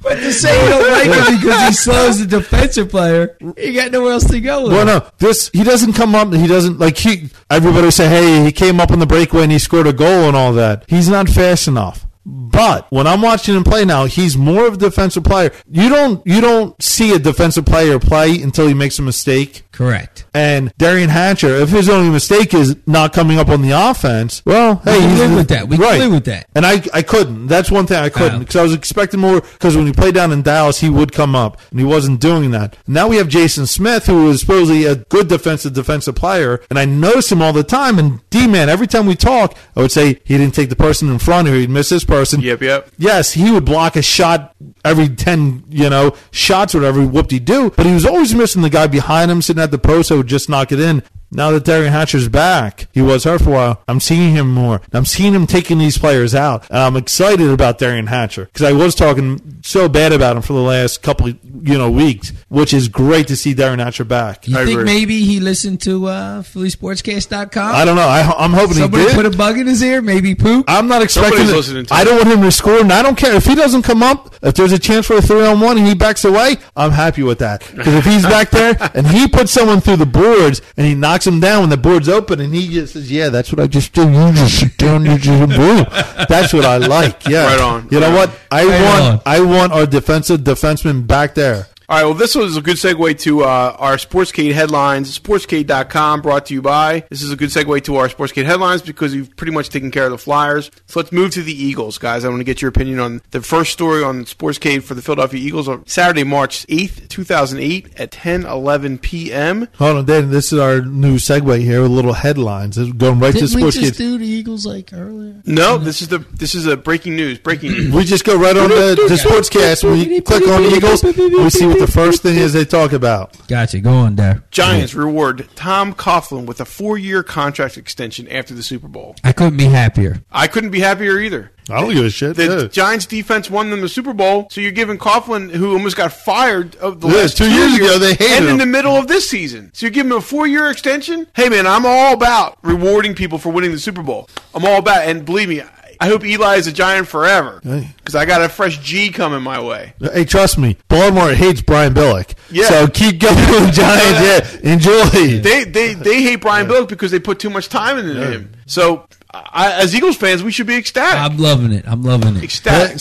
Speaker 3: But to say you don't like him because he's slow as a defensive player, you got nowhere else to go with
Speaker 2: Well,
Speaker 3: him.
Speaker 2: no, this he doesn't come up. He doesn't like he. Everybody would say, "Hey, he came up on the breakaway and he scored a goal and all that." He's not fast enough. But when I'm watching him play now, he's more of a defensive player. You don't you don't see a defensive player play until he makes a mistake.
Speaker 3: Correct.
Speaker 2: And Darian Hatcher, if his only mistake is not coming up on the offense, well, hey,
Speaker 3: can
Speaker 2: he's
Speaker 3: live with that. We can live with that.
Speaker 2: And I, I couldn't. That's one thing I couldn't
Speaker 3: Oh.
Speaker 2: because I was expecting more. Because when he played down in Dallas, he would come up, and he wasn't doing that. Now we have Jason Smith, who is supposedly a good defensive defensive player, and I notice him all the time. And D man, every time we talk, I would say he didn't take the person in front, or he'd miss this person.
Speaker 1: Yep, yep.
Speaker 2: Yes, he would block a shot every 10, you know, shots or whatever, whoop de do, but he was always missing the guy behind him sitting at the post that would just knock it in. Now that Darren Hatcher's back, he was hurt for a while. I'm seeing him more. I'm seeing him taking these players out. And I'm excited about Darren Hatcher because I was talking so bad about him for the last couple, you know, weeks, which is great to see Darren Hatcher back.
Speaker 3: You
Speaker 1: I
Speaker 3: think
Speaker 1: agree.
Speaker 3: maybe he listened to uh, PhillySportsCast.com?
Speaker 2: I don't know. I, I'm hoping
Speaker 3: Somebody
Speaker 2: he did.
Speaker 3: put a bug in his ear, maybe poop.
Speaker 2: I'm not expecting.
Speaker 1: Somebody's
Speaker 2: it.
Speaker 1: listening to
Speaker 2: I
Speaker 1: him.
Speaker 2: don't want him to score, and I don't care if he doesn't come up. If there's a chance for a three on one and he backs away, I'm happy with that. Because if he's back there and he puts someone through the boards and he knocks him down when the board's open, and he just says, "Yeah, that's what I just do. You just sit down. You just boom." That's what I like. Yeah,
Speaker 1: Right on.
Speaker 2: You know
Speaker 1: Right
Speaker 2: what? I
Speaker 3: Right
Speaker 2: want.
Speaker 3: on.
Speaker 2: I want our defensive defenseman back there.
Speaker 1: All right, well, this was a good segue to uh, our Sportscade headlines. Sportscade.com brought to you by. This is a good segue to our Sportscade headlines because we've pretty much taken care of the Flyers. So let's move to the Eagles, guys. I want to get your opinion on the first story on Sportscade for the Philadelphia Eagles on Saturday, March 8th, 2008 at 10 11 p.m.
Speaker 2: Hold on, Dan. This is our new segue here with little headlines. It's going right
Speaker 3: Didn't
Speaker 2: to
Speaker 3: we
Speaker 2: sports
Speaker 3: just
Speaker 2: kids.
Speaker 3: do the Eagles like earlier?
Speaker 1: No, this is the this is a breaking news. Breaking news.
Speaker 2: We just go right on the, the sportscast. We click on Eagles. We see what the first thing is they talk about.
Speaker 3: Gotcha. Go on there.
Speaker 1: Giants reward Tom Coughlin with a four year contract extension after the Super Bowl.
Speaker 3: I couldn't be happier.
Speaker 1: I couldn't be happier either.
Speaker 2: I don't give a shit.
Speaker 1: The
Speaker 2: yeah.
Speaker 1: Giants defense won them the Super Bowl, so you're giving Coughlin, who almost got fired of the
Speaker 2: Yeah,
Speaker 1: last
Speaker 2: two years ago, they hated
Speaker 1: and
Speaker 2: him.
Speaker 1: in the middle of this season. So you give him a four year extension. Hey man, I'm all about rewarding people for winning the Super Bowl. I'm all about, and believe me, I- I hope Eli is a Giant forever
Speaker 2: Hey.
Speaker 1: because I got a fresh G coming my way.
Speaker 2: Hey, trust me, Baltimore hates Brian Billick.
Speaker 1: Yeah.
Speaker 2: So keep going, Giants. Yeah, enjoy.
Speaker 1: They they they hate Brian Billick because they put too much time into him. So I, as Eagles fans, we should be ecstatic.
Speaker 3: I'm loving it. I'm loving it.
Speaker 1: ecstatic.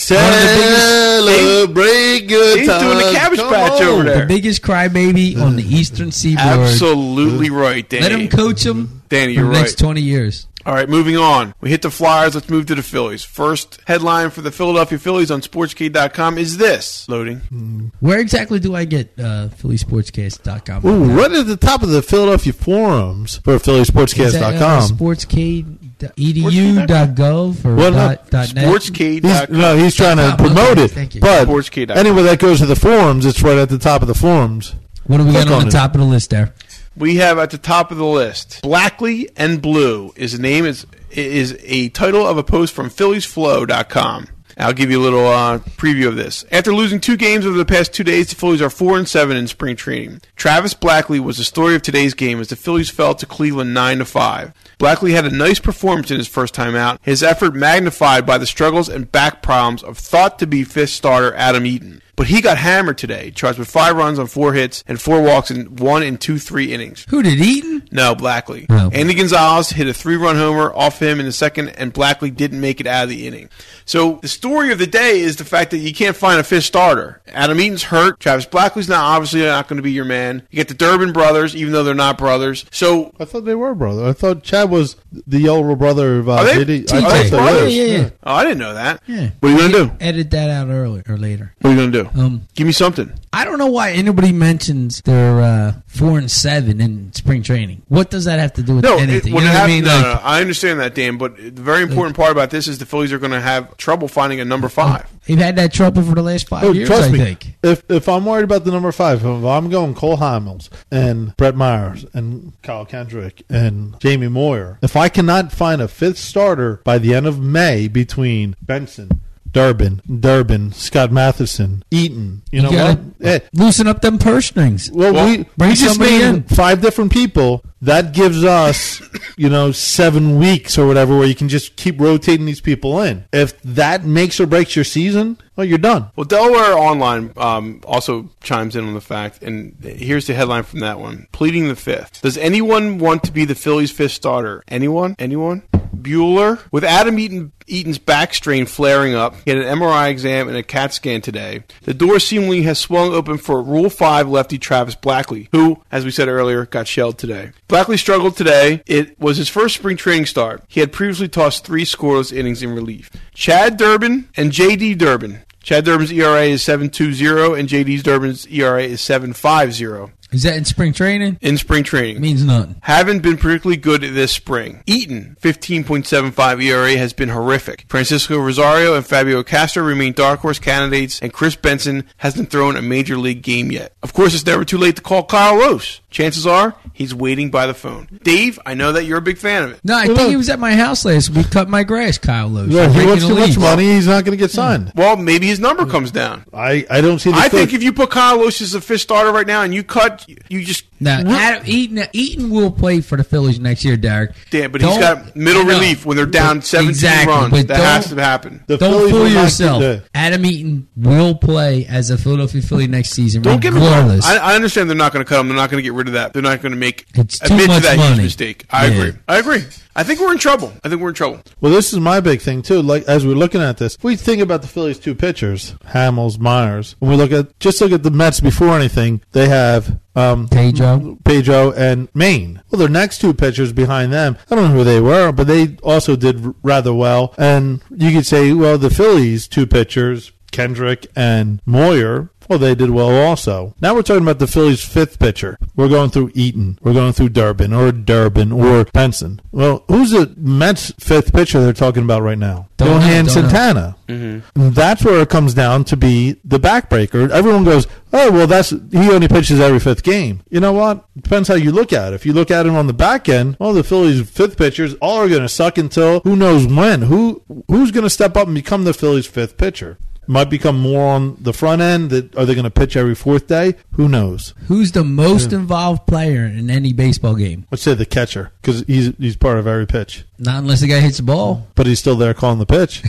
Speaker 2: Celebrate good
Speaker 1: He's doing the
Speaker 2: times.
Speaker 1: cabbage
Speaker 2: Come
Speaker 1: patch
Speaker 2: on.
Speaker 1: over there.
Speaker 3: The biggest crybaby on the Eastern Seaboard.
Speaker 1: Absolutely right, Danny.
Speaker 3: Let him coach him
Speaker 1: Danny,
Speaker 3: for
Speaker 1: you're
Speaker 3: the next
Speaker 1: right.
Speaker 3: 20 years.
Speaker 1: All right, moving on. We hit the Flyers. Let's move to the Phillies. First headline for the Philadelphia Phillies on SportsKey.com is this. Loading.
Speaker 3: Where exactly do I get uh, PhillySportsCast.com?
Speaker 2: Ooh, right at the top of the Philadelphia forums for
Speaker 3: uh,
Speaker 2: PhillySportsCast.com.
Speaker 3: E sportskey.edu.gov or
Speaker 2: Well, no,
Speaker 3: dot, dot net.
Speaker 2: He's,
Speaker 1: SportsKey.com.
Speaker 2: no, he's trying to
Speaker 3: Okay,
Speaker 2: promote it.
Speaker 3: thank you.
Speaker 2: But
Speaker 1: SportsKey.com.
Speaker 2: anyway, that goes to the forums. It's right at the top of the forums.
Speaker 3: What do we got
Speaker 2: Click
Speaker 3: on the
Speaker 2: on it.
Speaker 3: top of the list there?
Speaker 1: We have at the top of the list Blackley and Blue is the name is is a title of a post from PhilliesFlow.com. I'll give you a little uh, preview of this. After losing two games over the past two days, the Phillies are four and seven in spring training. Travis Blackley was the story of today's game as the Phillies fell to Cleveland nine to five. Blackley had a nice performance in his first time out. His effort magnified by the struggles and back problems of thought to be fifth starter Adam Eaton. But he got hammered today, charged with five runs on four hits and four walks in one and two three innings.
Speaker 3: Who did Eaton?
Speaker 1: No, Blackley.
Speaker 3: No.
Speaker 1: Andy Gonzalez hit a three-run homer off him in the second, and Blackley didn't make it out of the inning. So the story of the day is the fact that you can't find a fifth starter. Adam Eaton's hurt. Travis Blackley's not obviously not going to be your man. You get the Durbin brothers, even though they're not brothers. So
Speaker 2: I thought they were brother. I thought Chad was the younger brother of uh,
Speaker 1: Are Oh, they-
Speaker 2: JD.
Speaker 1: are
Speaker 2: I
Speaker 1: they
Speaker 2: thought they
Speaker 1: brothers?
Speaker 2: were.
Speaker 3: Yeah, yeah, yeah.
Speaker 1: oh, I didn't know that.
Speaker 3: Yeah.
Speaker 1: What are you going to do?
Speaker 3: Edit that out earlier or later.
Speaker 1: What are you going to do?
Speaker 3: Um,
Speaker 1: Give me something.
Speaker 3: I don't know why anybody mentions they're uh, four and seven in spring training. What does that have to do with
Speaker 1: No, it,
Speaker 3: anything?
Speaker 1: when
Speaker 3: you
Speaker 1: it uh,
Speaker 3: know what I
Speaker 1: happens,
Speaker 3: mean?
Speaker 1: no,
Speaker 3: Like,
Speaker 1: no,
Speaker 2: uh,
Speaker 1: no, I understand that, Dan. But the very important part about this is the Phillies are going to have trouble finding a number five.
Speaker 3: They've had that trouble for the last five
Speaker 2: Oh,
Speaker 3: years.
Speaker 2: trust
Speaker 3: I
Speaker 2: me.
Speaker 3: think.
Speaker 2: If if I'm worried about the number five, if I'm going Cole Hamels and Brett Myers and Kyle Kendrick and Jamie Moyer, if I cannot find a fifth starter by the end of May between Benson, Durbin, Durbin, Scott Matheson, Eaton, you know
Speaker 3: Yeah.
Speaker 2: what? Eh,
Speaker 3: Loosen up them purse strings.
Speaker 2: well,
Speaker 1: Well,
Speaker 2: we
Speaker 3: bring somebody
Speaker 2: we just made
Speaker 3: in.
Speaker 2: five different people. That gives us, you know, seven weeks or whatever, where you can just keep rotating these people in. If that makes or breaks your season, well, you're done.
Speaker 1: Well, Delaware Online um, also chimes in on the fact, and here's the headline from that one: "Pleading the Fifth." Does anyone want to be the Phillies' fifth starter? Anyone? Anyone? Bueller, with Adam Eaton, Eaton's back strain flaring up, he had an MRI exam and a CAT scan today. The door seemingly has swung open for Rule Five lefty Travis Blackley, who, as we said earlier, got shelled today. Blackley struggled today. It was his first spring training start. He had previously tossed three scoreless innings in relief. Chad Durbin and J.D. Durbin Chad Durbin's ERA is 7.20 and JD Durbin's ERA is 7.50
Speaker 3: Is that in spring training?
Speaker 1: in spring training.
Speaker 3: It means nothing.
Speaker 1: haven't been particularly good this spring. Eaton, 15.75 ERA E has been horrific. Francisco Rosario and Fabio Castro remain dark horse candidates, and Chris Benson hasn't thrown a major league game yet. Of course, it's never too late to call Kyle Rose. Chances are he's waiting by the phone. Dave, I know that you're a big fan of it.
Speaker 3: No, I
Speaker 2: Well,
Speaker 3: think
Speaker 2: no.
Speaker 3: he was at my house last week cutting my grass. Kyle Lowe.
Speaker 2: Yeah, he
Speaker 3: Breaking
Speaker 2: wants
Speaker 3: the Hmm.
Speaker 2: too much
Speaker 3: leaves.
Speaker 2: money. He's not going to get signed.
Speaker 1: Well, maybe his number comes down.
Speaker 2: I, I don't see the
Speaker 1: I
Speaker 2: Phil-
Speaker 1: think if you put Kyle Rose as a fifth starter right now and you cut, you just
Speaker 3: Now, Adam Eaton, Eaton will play for the Phillies next year, Derek.
Speaker 1: Damn, but he's
Speaker 3: Don't-
Speaker 1: got middle
Speaker 3: I know.
Speaker 1: relief when they're down
Speaker 3: But-
Speaker 1: 17
Speaker 3: exactly,
Speaker 1: runs.
Speaker 3: but
Speaker 1: That has
Speaker 3: don't-
Speaker 1: to happen.
Speaker 2: the
Speaker 3: Don't
Speaker 2: Phillies will
Speaker 3: fool
Speaker 2: not do
Speaker 3: yourself.
Speaker 2: that.
Speaker 3: Adam Eaton will play as a Philadelphia Philly next season,
Speaker 1: Don't get me wrong.
Speaker 3: regardless.
Speaker 1: I, I understand they're not going to cut him. They're not going to get rid of that. They're not going to make
Speaker 3: It's too
Speaker 1: admit to
Speaker 3: much
Speaker 1: that huge
Speaker 3: money.
Speaker 1: mistake. I
Speaker 3: Yeah.
Speaker 1: agree. I agree. I think we're in trouble. I think we're in trouble.
Speaker 2: Well, this is my big thing too. Like as we're looking at this, if we think about the Phillies' two pitchers, Hamels, Myers. When we look at just look at the Mets before anything, they have um,
Speaker 3: Pedro.
Speaker 2: Pedro and Maine. Well, their next two pitchers behind them, I don't know who they were, but they also did r- rather well. And you could say, well, the Phillies' two pitchers, Kendrick and Moyer, well, they did well also. Now we're talking about the Phillies' fifth pitcher. We're going through Eaton. We're going through Durbin or Durbin or Benson. Well, who's the Mets' fifth pitcher they're talking about right now?
Speaker 3: Don't know, don't
Speaker 2: Johan
Speaker 3: know.
Speaker 2: Santana. And That's where it comes down to be the backbreaker. Everyone goes, oh well, that's he only pitches every fifth game. You know what? Depends how you look at it. If you look at him on the back end, well, the Phillies' fifth pitchers all are going to suck until who knows when. Who who's going to step up and become the Phillies' fifth pitcher? Might become more on the front end. That are they going to pitch every fourth day? Who knows?
Speaker 3: Who's the most involved player in any baseball game?
Speaker 2: Let's say the catcher because he's he's part of every pitch,
Speaker 3: Not unless the guy hits the ball.
Speaker 2: but he's still there calling the pitch.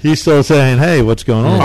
Speaker 2: he's still saying, "Hey, what's going on?"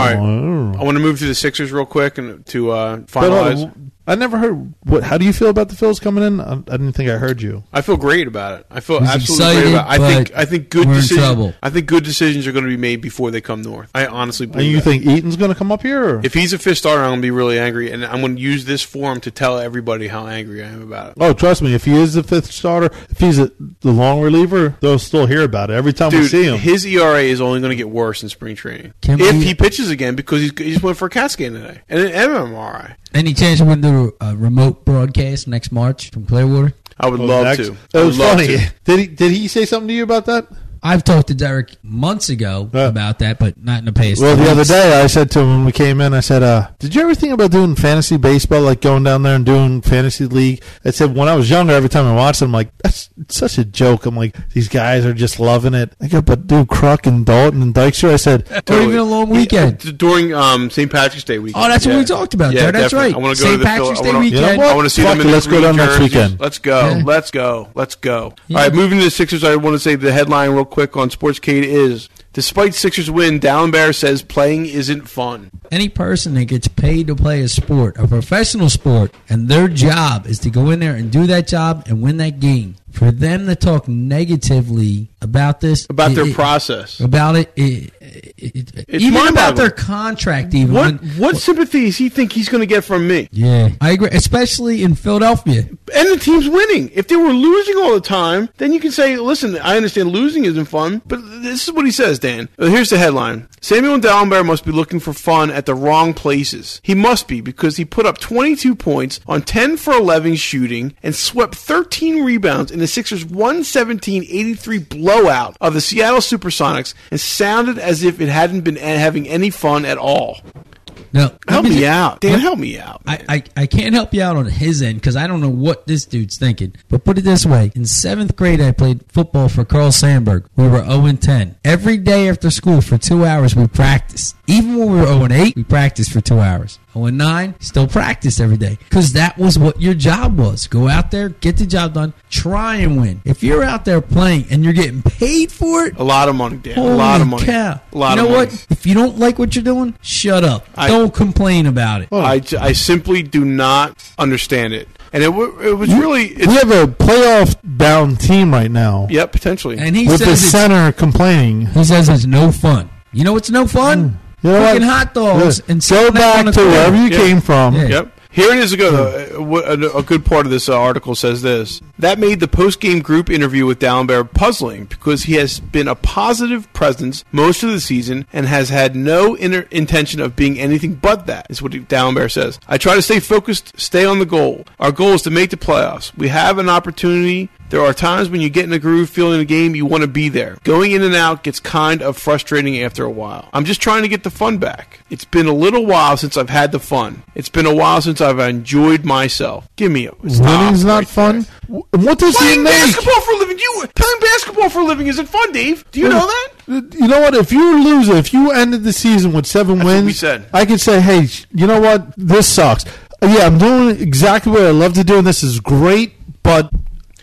Speaker 1: All I want to move to the Sixers real quick and to uh,
Speaker 2: But hold on,
Speaker 1: finalize.
Speaker 2: I never heard. What? How do you feel about the Phils coming in? I, I didn't think I heard you.
Speaker 1: I feel great about it. I feel
Speaker 3: He's
Speaker 1: absolutely great
Speaker 3: excited,
Speaker 1: about it. I think
Speaker 3: but
Speaker 1: I think good
Speaker 3: we're in
Speaker 1: decisions.
Speaker 3: trouble.
Speaker 1: I think good decisions are going to be made before they come north. I honestly
Speaker 2: And
Speaker 1: believe
Speaker 2: you
Speaker 1: that.
Speaker 2: think Eaton's going to come up here? Or?
Speaker 1: if he's a fifth starter, I'm going to be really angry, and I'm going to and use this forum to tell everybody how angry I am about it.
Speaker 2: Oh, trust me, if he is the fifth starter, if he's a, the long reliever, they'll still hear about it every time we
Speaker 1: Dude,
Speaker 2: see him.
Speaker 1: his ERA is only going to get worse in spring training
Speaker 3: Can
Speaker 1: if
Speaker 3: we-
Speaker 1: he pitches again because he's, he just went for a CAT scan today and an MMRI.
Speaker 3: Any chance we can do a uh, remote broadcast next March from Clearwater?
Speaker 1: I would
Speaker 2: Oh,
Speaker 1: love
Speaker 2: next-
Speaker 1: to. I
Speaker 2: That
Speaker 1: would
Speaker 2: was
Speaker 1: love
Speaker 2: funny.
Speaker 1: to.
Speaker 2: Did he did he say something to you about that?
Speaker 3: I've talked to Derek months ago
Speaker 2: Yeah.
Speaker 3: about that, but not in the past.
Speaker 2: Well,
Speaker 3: two
Speaker 2: the other
Speaker 3: weeks.
Speaker 2: day I said to him when we came in, I said, uh, "Did you ever think about doing fantasy baseball, like going down there and doing fantasy league?" I said, "When I was younger, every time I watched it, I'm like, that's such a joke." I'm like, "These guys are just loving it." I go, "But dude, Kruk and Dalton and Dykstra," I said,
Speaker 3: Or even a long weekend.
Speaker 1: Yeah, during um, St. Patricks Day weekend.
Speaker 3: Oh, that's what
Speaker 1: Yeah.
Speaker 3: we talked about
Speaker 1: Yeah,
Speaker 3: there. That's
Speaker 1: definitely.
Speaker 3: right.
Speaker 1: I want to go
Speaker 3: St.
Speaker 1: to the Phil-
Speaker 3: Patrick's
Speaker 1: I
Speaker 3: Day
Speaker 1: wanna-
Speaker 3: weekend.
Speaker 2: You know what?
Speaker 1: I want to see
Speaker 2: Fuck
Speaker 1: them in
Speaker 2: it,
Speaker 1: the
Speaker 2: let's go
Speaker 1: green
Speaker 2: down next
Speaker 1: jerseys.
Speaker 2: weekend.
Speaker 1: Let's go.
Speaker 3: Yeah.
Speaker 1: Let's go. Let's go.
Speaker 3: Yeah.
Speaker 1: All right, moving to the Sixers, I want to say the headline real quick on Sportscade is despite Sixers win, Down Bear says playing isn't fun.
Speaker 3: Any person that gets paid to play a sport, a professional sport, and their job is to go in there and do that job and win that game, for them to talk negatively about this,
Speaker 1: About
Speaker 3: it-
Speaker 1: their
Speaker 3: it-
Speaker 1: process.
Speaker 3: about it, it, it, it-
Speaker 1: It's
Speaker 3: even about
Speaker 1: mind-boggling.
Speaker 3: their contract, even
Speaker 1: What
Speaker 3: when-
Speaker 1: what sympathy does he think he's going to get from me?
Speaker 3: yeah, I agree, especially in Philadelphia.
Speaker 1: And the team's winning. If they were losing all the time, then you can say, listen, I understand losing isn't fun, but this is what he says, Dan. Uh, Here's the headline Samuel Dallenberg must be looking for fun at the wrong places. He must be because he put up 22 points on 10 for 11 shooting and swept 13 rebounds in the Sixers' 117 83 blowout of the Seattle Supersonics and sounded as if it hadn't been a- having any fun at all.
Speaker 3: Now, let
Speaker 1: Help
Speaker 3: me
Speaker 1: me
Speaker 3: ju-
Speaker 1: out. Dan, help me out.
Speaker 3: I, I, I can't help you out on his end because I don't know what this dude's thinking. But put it this way in seventh grade, I played football for Carl Sandburg. We were 0 and 10. Every day after school for two hours, we practiced. Even when we were 0 and 8, we practiced for two hours. 0 and 9, still practiced every day because that was what your job was. Go out there, get the job done, try and win. If you're out there playing and you're getting paid for it,
Speaker 1: A lot of money, Dan.
Speaker 3: Holy
Speaker 1: a lot of money.
Speaker 3: Cow.
Speaker 1: A lot
Speaker 3: you know
Speaker 1: of money.
Speaker 3: what? If you don't like what you're doing, shut up.
Speaker 1: I-
Speaker 3: don't complain about it.
Speaker 1: I, I simply do not understand it. And it, wa- it was really.
Speaker 2: "We
Speaker 1: It's,
Speaker 2: have a playoff bound team right now
Speaker 1: yep, potentially.
Speaker 3: And he
Speaker 2: with the
Speaker 3: says it's
Speaker 2: center complaining."
Speaker 3: He says it's no fun. You know what's no
Speaker 1: Mm.
Speaker 3: fun?
Speaker 2: You know
Speaker 3: Fucking
Speaker 2: what?
Speaker 3: hot dogs
Speaker 2: Yeah.
Speaker 3: and
Speaker 2: go
Speaker 3: sitting
Speaker 2: back
Speaker 3: on the
Speaker 2: to
Speaker 3: corner.
Speaker 2: wherever you
Speaker 1: Yeah.
Speaker 2: came from.
Speaker 3: Yeah.
Speaker 1: Yep. Here it is ago.
Speaker 3: Hmm.
Speaker 1: though. Uh, wha- A, a good part of this uh, article says this. That made the post game group interview with Dallenberg puzzling because he has been a positive presence most of the season and has had no inner intention of being anything but that, is what Dallenberg says. I try to stay focused, stay on the goal. Our goal is to make the playoffs. We have an opportunity. There are times when you get in a groove, feeling a game, you want to be there. Going in and out gets kind of frustrating after a while. I'm just trying to get the fun back. It's been a little while since I've had the fun. It's been a while since I've enjoyed myself. Give me a stop
Speaker 2: Winning's not
Speaker 1: right
Speaker 2: fun.
Speaker 1: there.
Speaker 2: W- What does he
Speaker 1: Playing
Speaker 2: make?
Speaker 1: basketball for a living, you playing basketball for a living isn't fun, Dave. Do you know that?
Speaker 2: You know what? If you lose, if you ended the season with seven
Speaker 1: what
Speaker 2: wins,
Speaker 1: we said.
Speaker 2: I could say, hey, sh- you know what? This sucks. Uh, Yeah, I'm doing exactly what I love to do, and this is great, but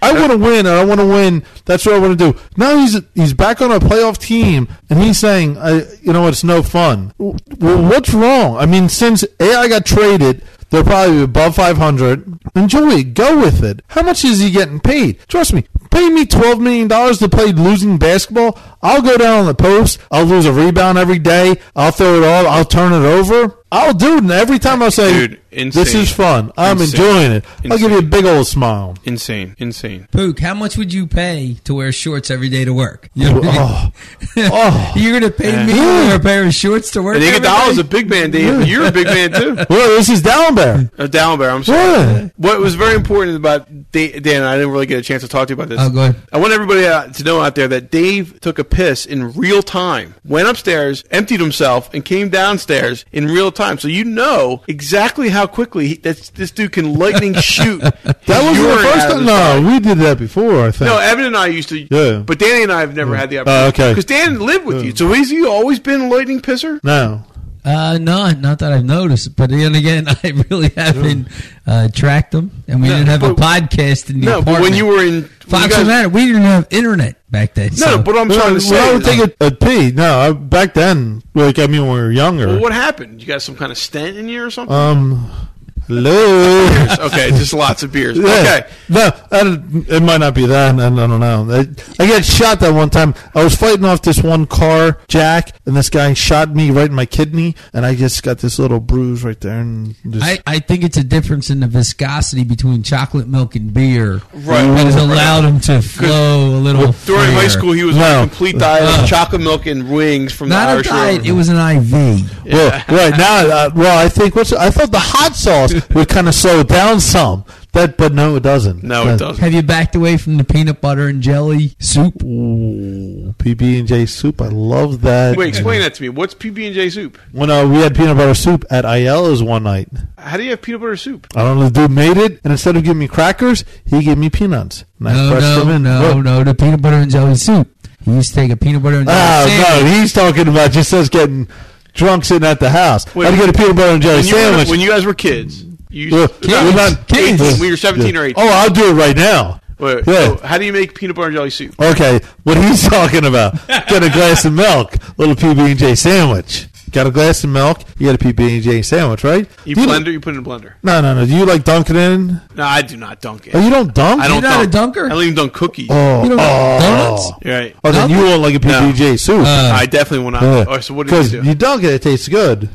Speaker 2: I want to win, and I want to win. That's what I want to do. Now he's he's back on a playoff team, and he's saying, I, you know, it's no fun. W- Well, what's wrong? I mean, since AI got traded. They're probably above 500. Enjoy it. Go with it. How much is he getting paid? Trust me, pay me $12 million to play losing basketball. I'll go down on the post. I'll lose a rebound every day. I'll throw it all. I'll turn it over. I'll do it. And every time I say,
Speaker 1: Dude,
Speaker 2: this
Speaker 1: insane.
Speaker 2: is fun. I'm
Speaker 1: Insane.
Speaker 2: enjoying it. I'll
Speaker 1: Insane.
Speaker 2: give you a big old smile.
Speaker 1: Insane, insane.
Speaker 3: Pook, how much would you pay to wear shorts every day to work? You know what I
Speaker 2: Oh,
Speaker 3: mean?
Speaker 2: oh.
Speaker 3: You're going to pay me to
Speaker 2: Yeah.
Speaker 3: wear a pair of shorts to work
Speaker 1: And
Speaker 3: every
Speaker 1: Iguodala's
Speaker 3: day?
Speaker 1: a big man, Dave. but You're a big man too.
Speaker 2: well, this is down there.
Speaker 1: Uh, Dallenberg, I'm sorry.
Speaker 2: Yeah.
Speaker 1: What was very important about Da- Dan, I didn't really get a chance to talk to you about this.
Speaker 3: Oh, go ahead.
Speaker 1: I want everybody out to know out there that Dave took a piss in real time, went upstairs, emptied himself, and came downstairs in real time. So you know exactly how quickly he, that's, this dude can lightning shoot.
Speaker 2: That was the first time. No, we did that before, I think.
Speaker 1: No, Evan and I used to,
Speaker 2: Yeah.
Speaker 1: but Danny and I have never had the
Speaker 2: Oh,
Speaker 1: opportunity.
Speaker 2: okay.
Speaker 1: Because Dan lived with you, so has he always been a lightning pisser?
Speaker 2: no.
Speaker 3: Uh, no, not that I've noticed. But then again, I really haven't uh, tracked them. And we
Speaker 1: No,
Speaker 3: didn't have a
Speaker 1: but-
Speaker 3: podcast in the
Speaker 1: No, but
Speaker 3: apartment.
Speaker 1: when you were in when you
Speaker 3: Fox
Speaker 1: guys-
Speaker 3: and Matter, we didn't have internet back then.
Speaker 1: no,
Speaker 3: so-
Speaker 1: but I'm trying to say,
Speaker 2: well, I would
Speaker 1: is-
Speaker 2: take a, a pee. No, I, back then, like, I mean, when we were younger.
Speaker 1: Well, what happened? You got some kind of stent in you or something?
Speaker 2: Um, Hello.
Speaker 1: Okay, just lots of beers.
Speaker 2: Uh, Yeah.
Speaker 1: Okay.
Speaker 2: No, I don't- it might not be that. I, I don't know. I, I got shot that one time. I was fighting off this one car jack, and this guy shot me right in my kidney, and I just got this little bruise right there. And just,
Speaker 3: I, I think it's a difference in the viscosity between chocolate milk and beer
Speaker 1: Right.
Speaker 3: that has allowed them to flow a little.
Speaker 1: During high
Speaker 3: freer.
Speaker 1: school, he was
Speaker 2: No. Uh.
Speaker 1: on a complete diet of chocolate milk and wings from the
Speaker 3: not a
Speaker 1: Irish
Speaker 3: diet,
Speaker 1: Rover.
Speaker 3: it was an IV.
Speaker 2: Well, right now, uh, well, I think what's I thought the hot sauce would kind of slow it down some. That, but no, it doesn't.
Speaker 1: no, it
Speaker 2: That-
Speaker 1: doesn't.
Speaker 3: Have you backed away from the peanut butter and jelly soup?
Speaker 2: Ooh, PB and J soup. I love that.
Speaker 1: Wait, explain that to me. What's PB and J soup?
Speaker 2: When uh, we had peanut butter soup at Ayala's one night,
Speaker 1: How do you have peanut butter soup?
Speaker 2: I don't know. The dude made it, and instead of giving me crackers, he gave me peanuts. And I
Speaker 3: No,
Speaker 2: crushed
Speaker 3: no,
Speaker 2: them in.
Speaker 3: no,
Speaker 2: Look.
Speaker 3: no. The peanut butter and jelly soup. He used to take a peanut butter and jelly
Speaker 2: Oh
Speaker 3: sandwich.
Speaker 2: no, he's talking about just us getting drunk sitting at the house.
Speaker 1: Wait,
Speaker 2: I'd get a peanut butter and jelly
Speaker 1: When you, were,
Speaker 2: sandwich.
Speaker 1: when you guys were kids, you
Speaker 2: Yeah,
Speaker 1: no,
Speaker 2: we're not-
Speaker 1: eighteen,
Speaker 2: kids.
Speaker 1: when you were seventeen or eighteen.
Speaker 2: Oh, I'll do it right now.
Speaker 1: Wait, wait,
Speaker 2: yeah.
Speaker 1: so how do you make peanut butter and jelly soup?
Speaker 2: Okay, what he's talking about? Get a glass of milk, little PB and J sandwich. Got a glass of milk, you got a PB and J sandwich, right?
Speaker 1: You
Speaker 2: Do
Speaker 1: blender, you put it in a blender.
Speaker 2: No, no, no. Do you like dunking in?
Speaker 1: No, I do not dunk it.
Speaker 2: Oh, you don't dunk.
Speaker 1: I don't
Speaker 3: You're not a
Speaker 1: dunk.
Speaker 3: dunker?
Speaker 1: I don't even dunk cookies.
Speaker 2: Oh,
Speaker 3: You don't like
Speaker 2: oh.
Speaker 3: donuts?
Speaker 1: You're right.
Speaker 2: Oh, then you won't like a PB and J soup.
Speaker 3: Uh,
Speaker 1: I definitely will not.
Speaker 2: Yeah.
Speaker 1: Oh, so what do you do?
Speaker 2: you dunk it, it tastes good.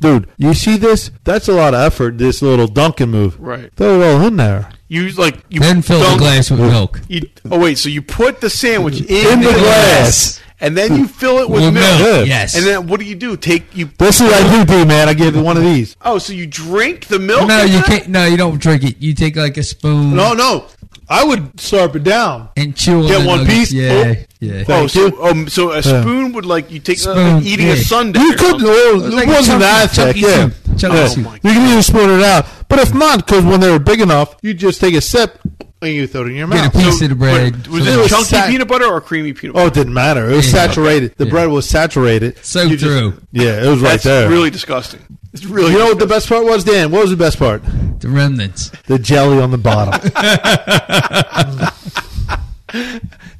Speaker 2: Dude, you see this? That's a lot of effort, this little dunking move.
Speaker 1: Right.
Speaker 2: Throw it all in there.
Speaker 1: You like you
Speaker 3: Then fill the
Speaker 1: dunk-
Speaker 3: glass with milk.
Speaker 1: You, oh wait, so you put the sandwich in,
Speaker 2: In the glass.
Speaker 1: and then you fill it with,
Speaker 3: With
Speaker 1: milk.
Speaker 2: milk.
Speaker 3: Yes.
Speaker 1: And then what do you do? Take you?
Speaker 2: This is what I do, do, man. I give it one of these.
Speaker 1: Oh, so you drink the Oh, milk?
Speaker 3: No,
Speaker 1: in
Speaker 3: you
Speaker 1: that?
Speaker 3: can't. No, you don't drink it. You take like a spoon
Speaker 2: No, no. I would slurp it down.
Speaker 3: and chew on
Speaker 1: Get
Speaker 3: the
Speaker 1: one
Speaker 3: nuggets.
Speaker 1: piece.
Speaker 3: Yeah,
Speaker 1: Oh.
Speaker 3: yeah.
Speaker 1: Oh,
Speaker 2: Thank you.
Speaker 1: so um, so a spoon would like you take uh, like
Speaker 3: Spoon,
Speaker 1: eating
Speaker 3: yeah.
Speaker 1: a sundae.
Speaker 2: You
Speaker 1: or
Speaker 2: could,
Speaker 1: something.
Speaker 2: well, it,
Speaker 3: was like a chunky-
Speaker 2: wasn't that thick,
Speaker 3: chunky
Speaker 2: yeah.
Speaker 3: soup. Chunky
Speaker 2: Yeah.
Speaker 1: soup. Oh, my
Speaker 2: You can either spoon it out, but if not, because when they were big enough, you just take a sip and you throw it in your
Speaker 3: Get a
Speaker 2: mouth.
Speaker 3: piece
Speaker 1: So,
Speaker 3: of the bread.
Speaker 1: but was
Speaker 3: So
Speaker 2: it
Speaker 1: this
Speaker 2: was
Speaker 1: chunky
Speaker 2: sac-
Speaker 1: peanut butter or creamy peanut butter?
Speaker 2: Oh, it didn't matter. It was
Speaker 3: Yeah.
Speaker 2: saturated. The
Speaker 3: Yeah.
Speaker 2: bread was saturated.
Speaker 3: Soaked
Speaker 2: You just-
Speaker 3: through.
Speaker 2: Yeah,
Speaker 3: Oh,
Speaker 2: it was right
Speaker 1: That's
Speaker 2: there.
Speaker 1: really disgusting. It's really.
Speaker 2: you know what the best part was, Dan? What was the best part?
Speaker 3: the remnants.
Speaker 2: The jelly on the bottom.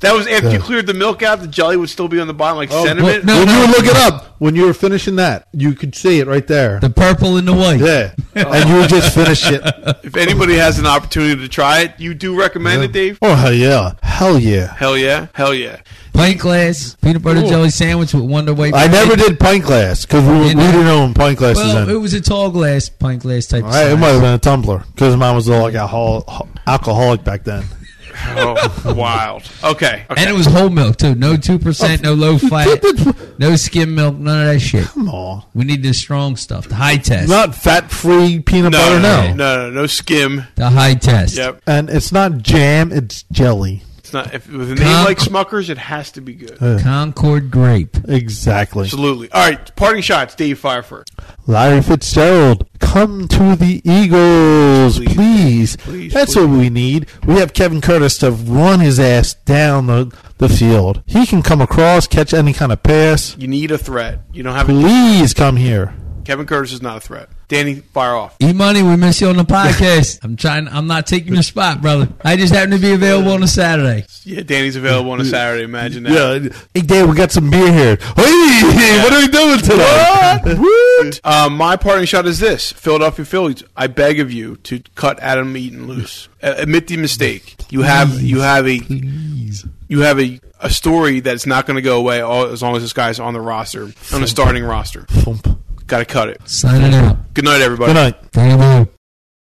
Speaker 1: that was after you cleared the milk out. The jelly would still be on the bottom, like
Speaker 3: well,
Speaker 1: sentiment.
Speaker 3: Oh, no.
Speaker 2: when you were looking up, when you were finishing that, you could see it right there.
Speaker 3: The Oh. purple and the white.
Speaker 2: yeah, and you would just finish it.
Speaker 1: If anybody has an opportunity to try it, you do recommend it, Dave.
Speaker 2: Oh hell yeah, hell yeah!
Speaker 1: Hell yeah, hell yeah.
Speaker 3: Pint glass peanut butter
Speaker 1: Cool.
Speaker 3: jelly sandwich with Wonder White.
Speaker 2: I
Speaker 3: bread.
Speaker 2: never did pint glass because we, we didn't own pint glasses
Speaker 3: Well,
Speaker 2: then.
Speaker 3: it was a tall glass, pint glass type.
Speaker 2: All right, it
Speaker 3: size.
Speaker 2: might have been a tumbler because mine was all like alcohol, alcoholic back then.
Speaker 1: Oh, wild. Okay. okay.
Speaker 3: And it was whole milk too. No two percent, no low fat,
Speaker 2: Come
Speaker 3: no skim milk, none of that shit.
Speaker 2: on,
Speaker 3: We need the strong stuff, the high test,
Speaker 2: not fat-free peanut
Speaker 1: no,
Speaker 2: butter, no.
Speaker 1: no, no, no, no skim.
Speaker 3: the high test.
Speaker 1: Yep.
Speaker 2: And it's not jam; it's jelly.
Speaker 1: It's not if, with a name
Speaker 3: Con-
Speaker 1: like Smuckers, it has to be good.
Speaker 3: Concord grape.
Speaker 2: Exactly.
Speaker 1: Absolutely. All right. Parting shots. Dave Fireford.
Speaker 2: Larry Fitzgerald, come to the Eagles,
Speaker 1: Please,
Speaker 2: please.
Speaker 1: please,
Speaker 2: That's
Speaker 1: please.
Speaker 2: what we need. We have Kevin Curtis to run his ass down the, the field. He can come across, catch any kind of pass.
Speaker 1: You need a threat. You don't have a,
Speaker 2: Please come here.
Speaker 1: Kevin Curtis is not a threat. Danny, fire off.
Speaker 3: E money, we miss you on the podcast. I'm trying. I'm not taking your spot, brother. I just happen to be available on a Saturday.
Speaker 1: Yeah, Danny's available on a Saturday. Imagine that.
Speaker 2: Yeah. Hey, Dave, we got some beer here. Hey, what are we doing today? What?
Speaker 1: Uh, my parting shot is this: Philadelphia Phillies. I beg of you to cut Adam Eaton loose. Uh, admit the mistake. You have you have a
Speaker 2: Please.
Speaker 1: you have a, a story that's not going to go away all, as long as this guy's on the roster on the starting roster.
Speaker 2: Thump.
Speaker 1: Got to cut it.
Speaker 3: Signing out.
Speaker 1: Good night, everybody.
Speaker 2: Good night.
Speaker 3: Thank you.